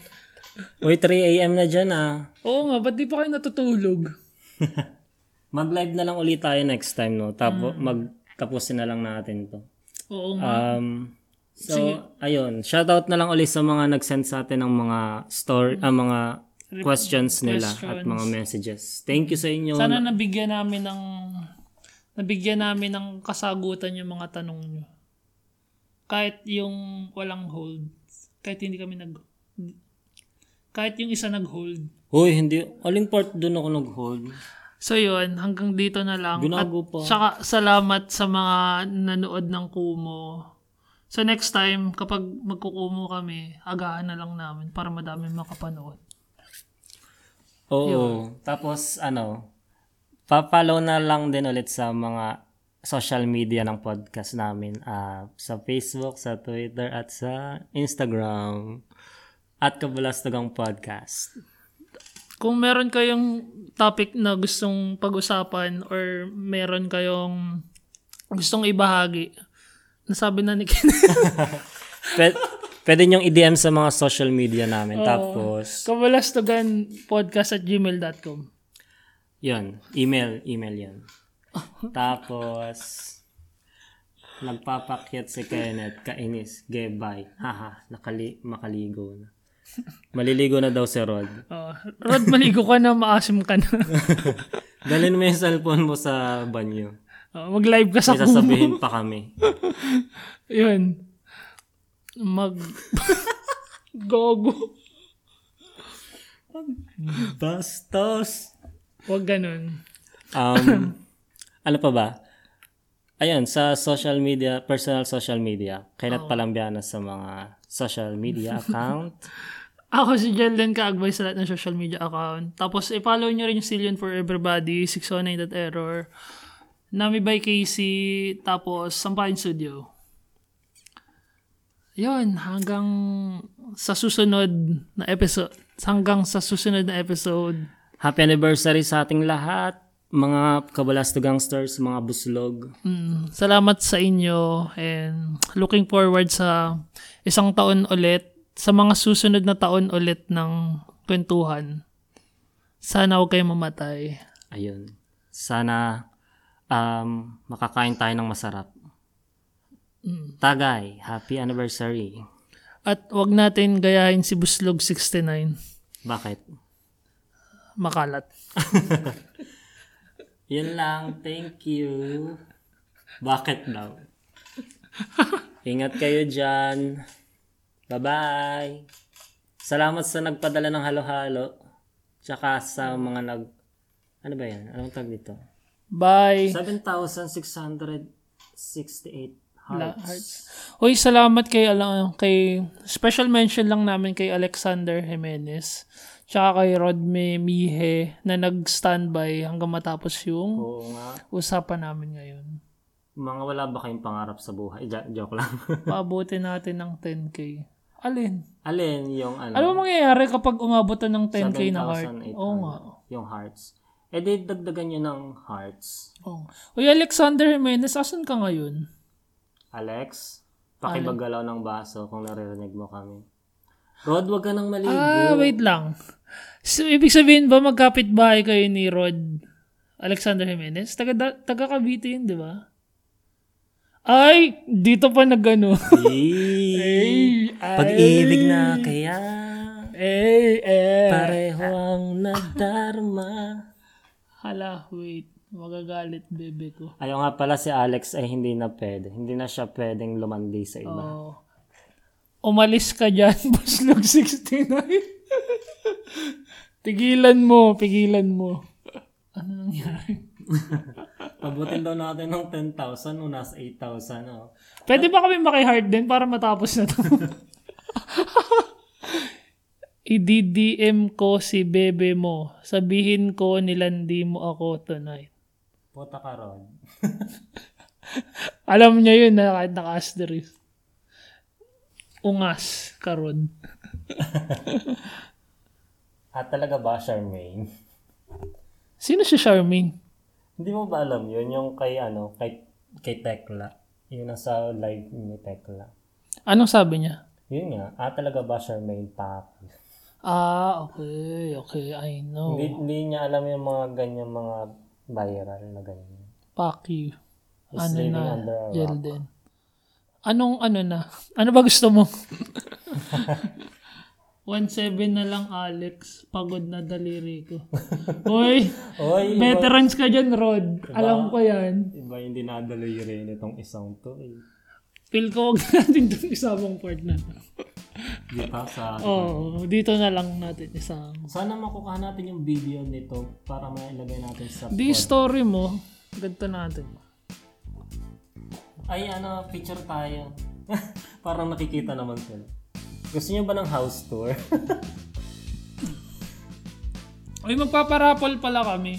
S1: Uy 3 AM na dyan ah
S2: Oo nga, ba't di pa kayo natutulog?
S1: Mag-live na lang ulit tayo next time no Tapo, magtapusin na lang natin to
S2: Oo nga.
S1: Um, so, ayun. Shoutout na lang ulit sa mga nag-send sa atin ng mga store, ah, mga questions nila at mga messages. Thank you sa inyo.
S2: Sana nabigyan namin ng nabigyan namin ng kasagutan yung mga tanong nyo. Kahit yung walang hold. Kahit hindi kami nag... Kahit yung isa nag-hold.
S1: Hoy, hindi. Aling part doon ako nag-hold?
S2: So yun, hanggang dito na lang.
S1: Binago pa.
S2: At saka salamat sa mga nanood ng Kumo. So next time, kapag magkukumo kami, agahan na lang namin para madami makapanood.
S1: Oo. Tapos, ano, papalo na lang din ulit sa mga social media ng podcast namin. ah, sa Facebook, sa Twitter, at sa Instagram. At Kabulastogang Podcast.
S2: Kung meron kayong topic na gustong pag-usapan or meron kayong gustong ibahagi, nasabi na ni Kenneth,
S1: Pwede, pwede nyong i-DM sa mga social media namin. Tapos,
S2: kabalastoganpodcast at gmail.com.
S1: Yun, email, email yun. Tapos, nagpapakyat si Kenneth, kainis, gay, bye. Haha, nakali, makaligo na. Maliligo na daw si Rod.
S2: Oh, Rod, maligo ka na, maasim ka na.
S1: Dalhin mo yung cellphone mo sa banyo.
S2: Oh, mag-live ka sa
S1: May sasabihin pa kami.
S2: Yun. Mag... Gogo.
S1: Bastos!
S2: Huwag ganun.
S1: Um, ano pa ba? Ayun, sa social media, personal social media, Kenneth Palambiana sa mga social media account.
S2: Ako si Jelden Kaagboy sa lahat ng social media account. Tapos, i-follow nyo rin yung Sillion for Everybody, 609 Error, Nami by Casey, tapos Sampain Studio. yun, hanggang sa susunod na episode. Hanggang sa susunod na episode.
S1: Happy anniversary sa ating lahat, mga kabalasto gangsters, mga buslog.
S2: Mm, salamat sa inyo and looking forward sa isang taon ulit, sa mga susunod na taon ulit ng kwentuhan. Sana huwag kayong mamatay.
S1: Ayun. Sana um, makakain tayo ng masarap. Tagay, happy anniversary.
S2: At wag natin gayahin si Buslog 69.
S1: Bakit?
S2: Makalat.
S1: Yun lang, thank you. Bakit daw? Ingat kayo dyan. Bye-bye. Salamat sa nagpadala ng halo-halo. Tsaka sa mga nag... Ano ba yan? Anong tag dito?
S2: Bye.
S1: 7,668 hearts.
S2: Uy, salamat kay, ala- kay special mention lang namin kay Alexander Jimenez. Tsaka kay Rodme Mihe na nag-standby hanggang matapos yung
S1: Oo nga.
S2: usapan namin ngayon.
S1: Mga wala ba kayong pangarap sa buhay? Jo- joke lang.
S2: Paabuti natin ng 10K. Alin?
S1: Alin yung ano?
S2: Ano mangyayari kapag umabot na ng 10K na heart?
S1: 7,800.
S2: Oo nga.
S1: Yung hearts. Eh di dagdagan nyo ng hearts.
S2: Oo. Uy, Alexander Jimenez, asan ka ngayon?
S1: Alex, pakibagalaw ng baso kung naririnig mo kami. Rod, wag ka nang maligo.
S2: Ah, wait lang. So, ibig sabihin ba magkapit bahay kayo ni Rod Alexander Jimenez? Taga, da- taga Cavite yun, di ba? Ay, dito pa nag ano.
S1: Ay, Pag-ibig na kaya,
S2: eh, eh.
S1: pareho ang nadarma.
S2: Hala, wait. Magagalit, bebe ko.
S1: Ayaw nga pala si Alex ay hindi na pwede. Hindi na siya pwedeng lumandi sa iba.
S2: Oh. Umalis ka dyan, Buslog 69. pigilan mo, pigilan mo. Ano nangyari?
S1: Abutin daw natin ng 10,000 o nasa 8,000. Oh.
S2: Pwede ba kami maki-hard din para matapos na to? I-DDM ko si bebe mo. Sabihin ko nilandi mo ako tonight.
S1: Puta ka, Rod.
S2: Alam niya yun na kahit naka-asterisk. Ungas, karod.
S1: At talaga ba, Charmaine?
S2: Sino si Charmaine?
S1: Hindi mo ba alam yun? Yung kay, ano, kay, kay Tekla. Yung nasa live ni Tekla.
S2: Anong sabi niya?
S1: Yun nga. Ah, talaga ba, Charmaine Papi?
S2: Ah, okay, okay, I know.
S1: Hindi, hindi niya alam yung mga ganyan mga viral na ganyan.
S2: Fuck you.
S1: He's
S2: Ano
S1: living
S2: na,
S1: under a rock.
S2: Jelden. Anong ano na? Ano ba gusto mo? 1-7 na lang, Alex. Pagod na daliri ko. Hoy,
S1: Oy,
S2: veterans ka dyan, Rod. Alam ko yan.
S1: iba yung dinadala yung rin itong isang to eh.
S2: Feel ko huwag na natin itong isabang part na. to.
S1: Di ba sa...
S2: Oo, dito na lang natin isang.
S1: Sana makukuha natin yung video nito para mailagay natin sa...
S2: Di story mo, ganito natin.
S1: Ay, ano, picture tayo. Parang nakikita naman sila. Gusto niyo ba ng house tour?
S2: Uy, magpaparapol pala kami.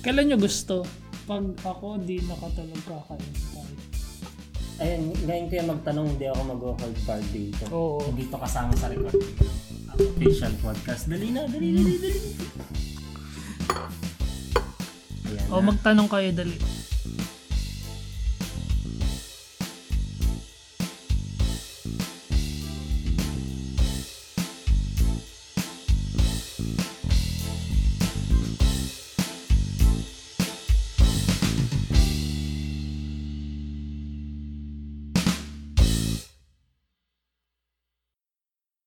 S2: Kailan nyo gusto? Pag ako, di nakatulog kakain.
S1: Ayun, ngayon kayo magtanong, hindi ako mag-hold card dito.
S2: Oo.
S1: Dito kasama sa record. Ang official podcast. Dali na, dali, dali, dali. Ayan.
S2: O, magtanong kayo dali.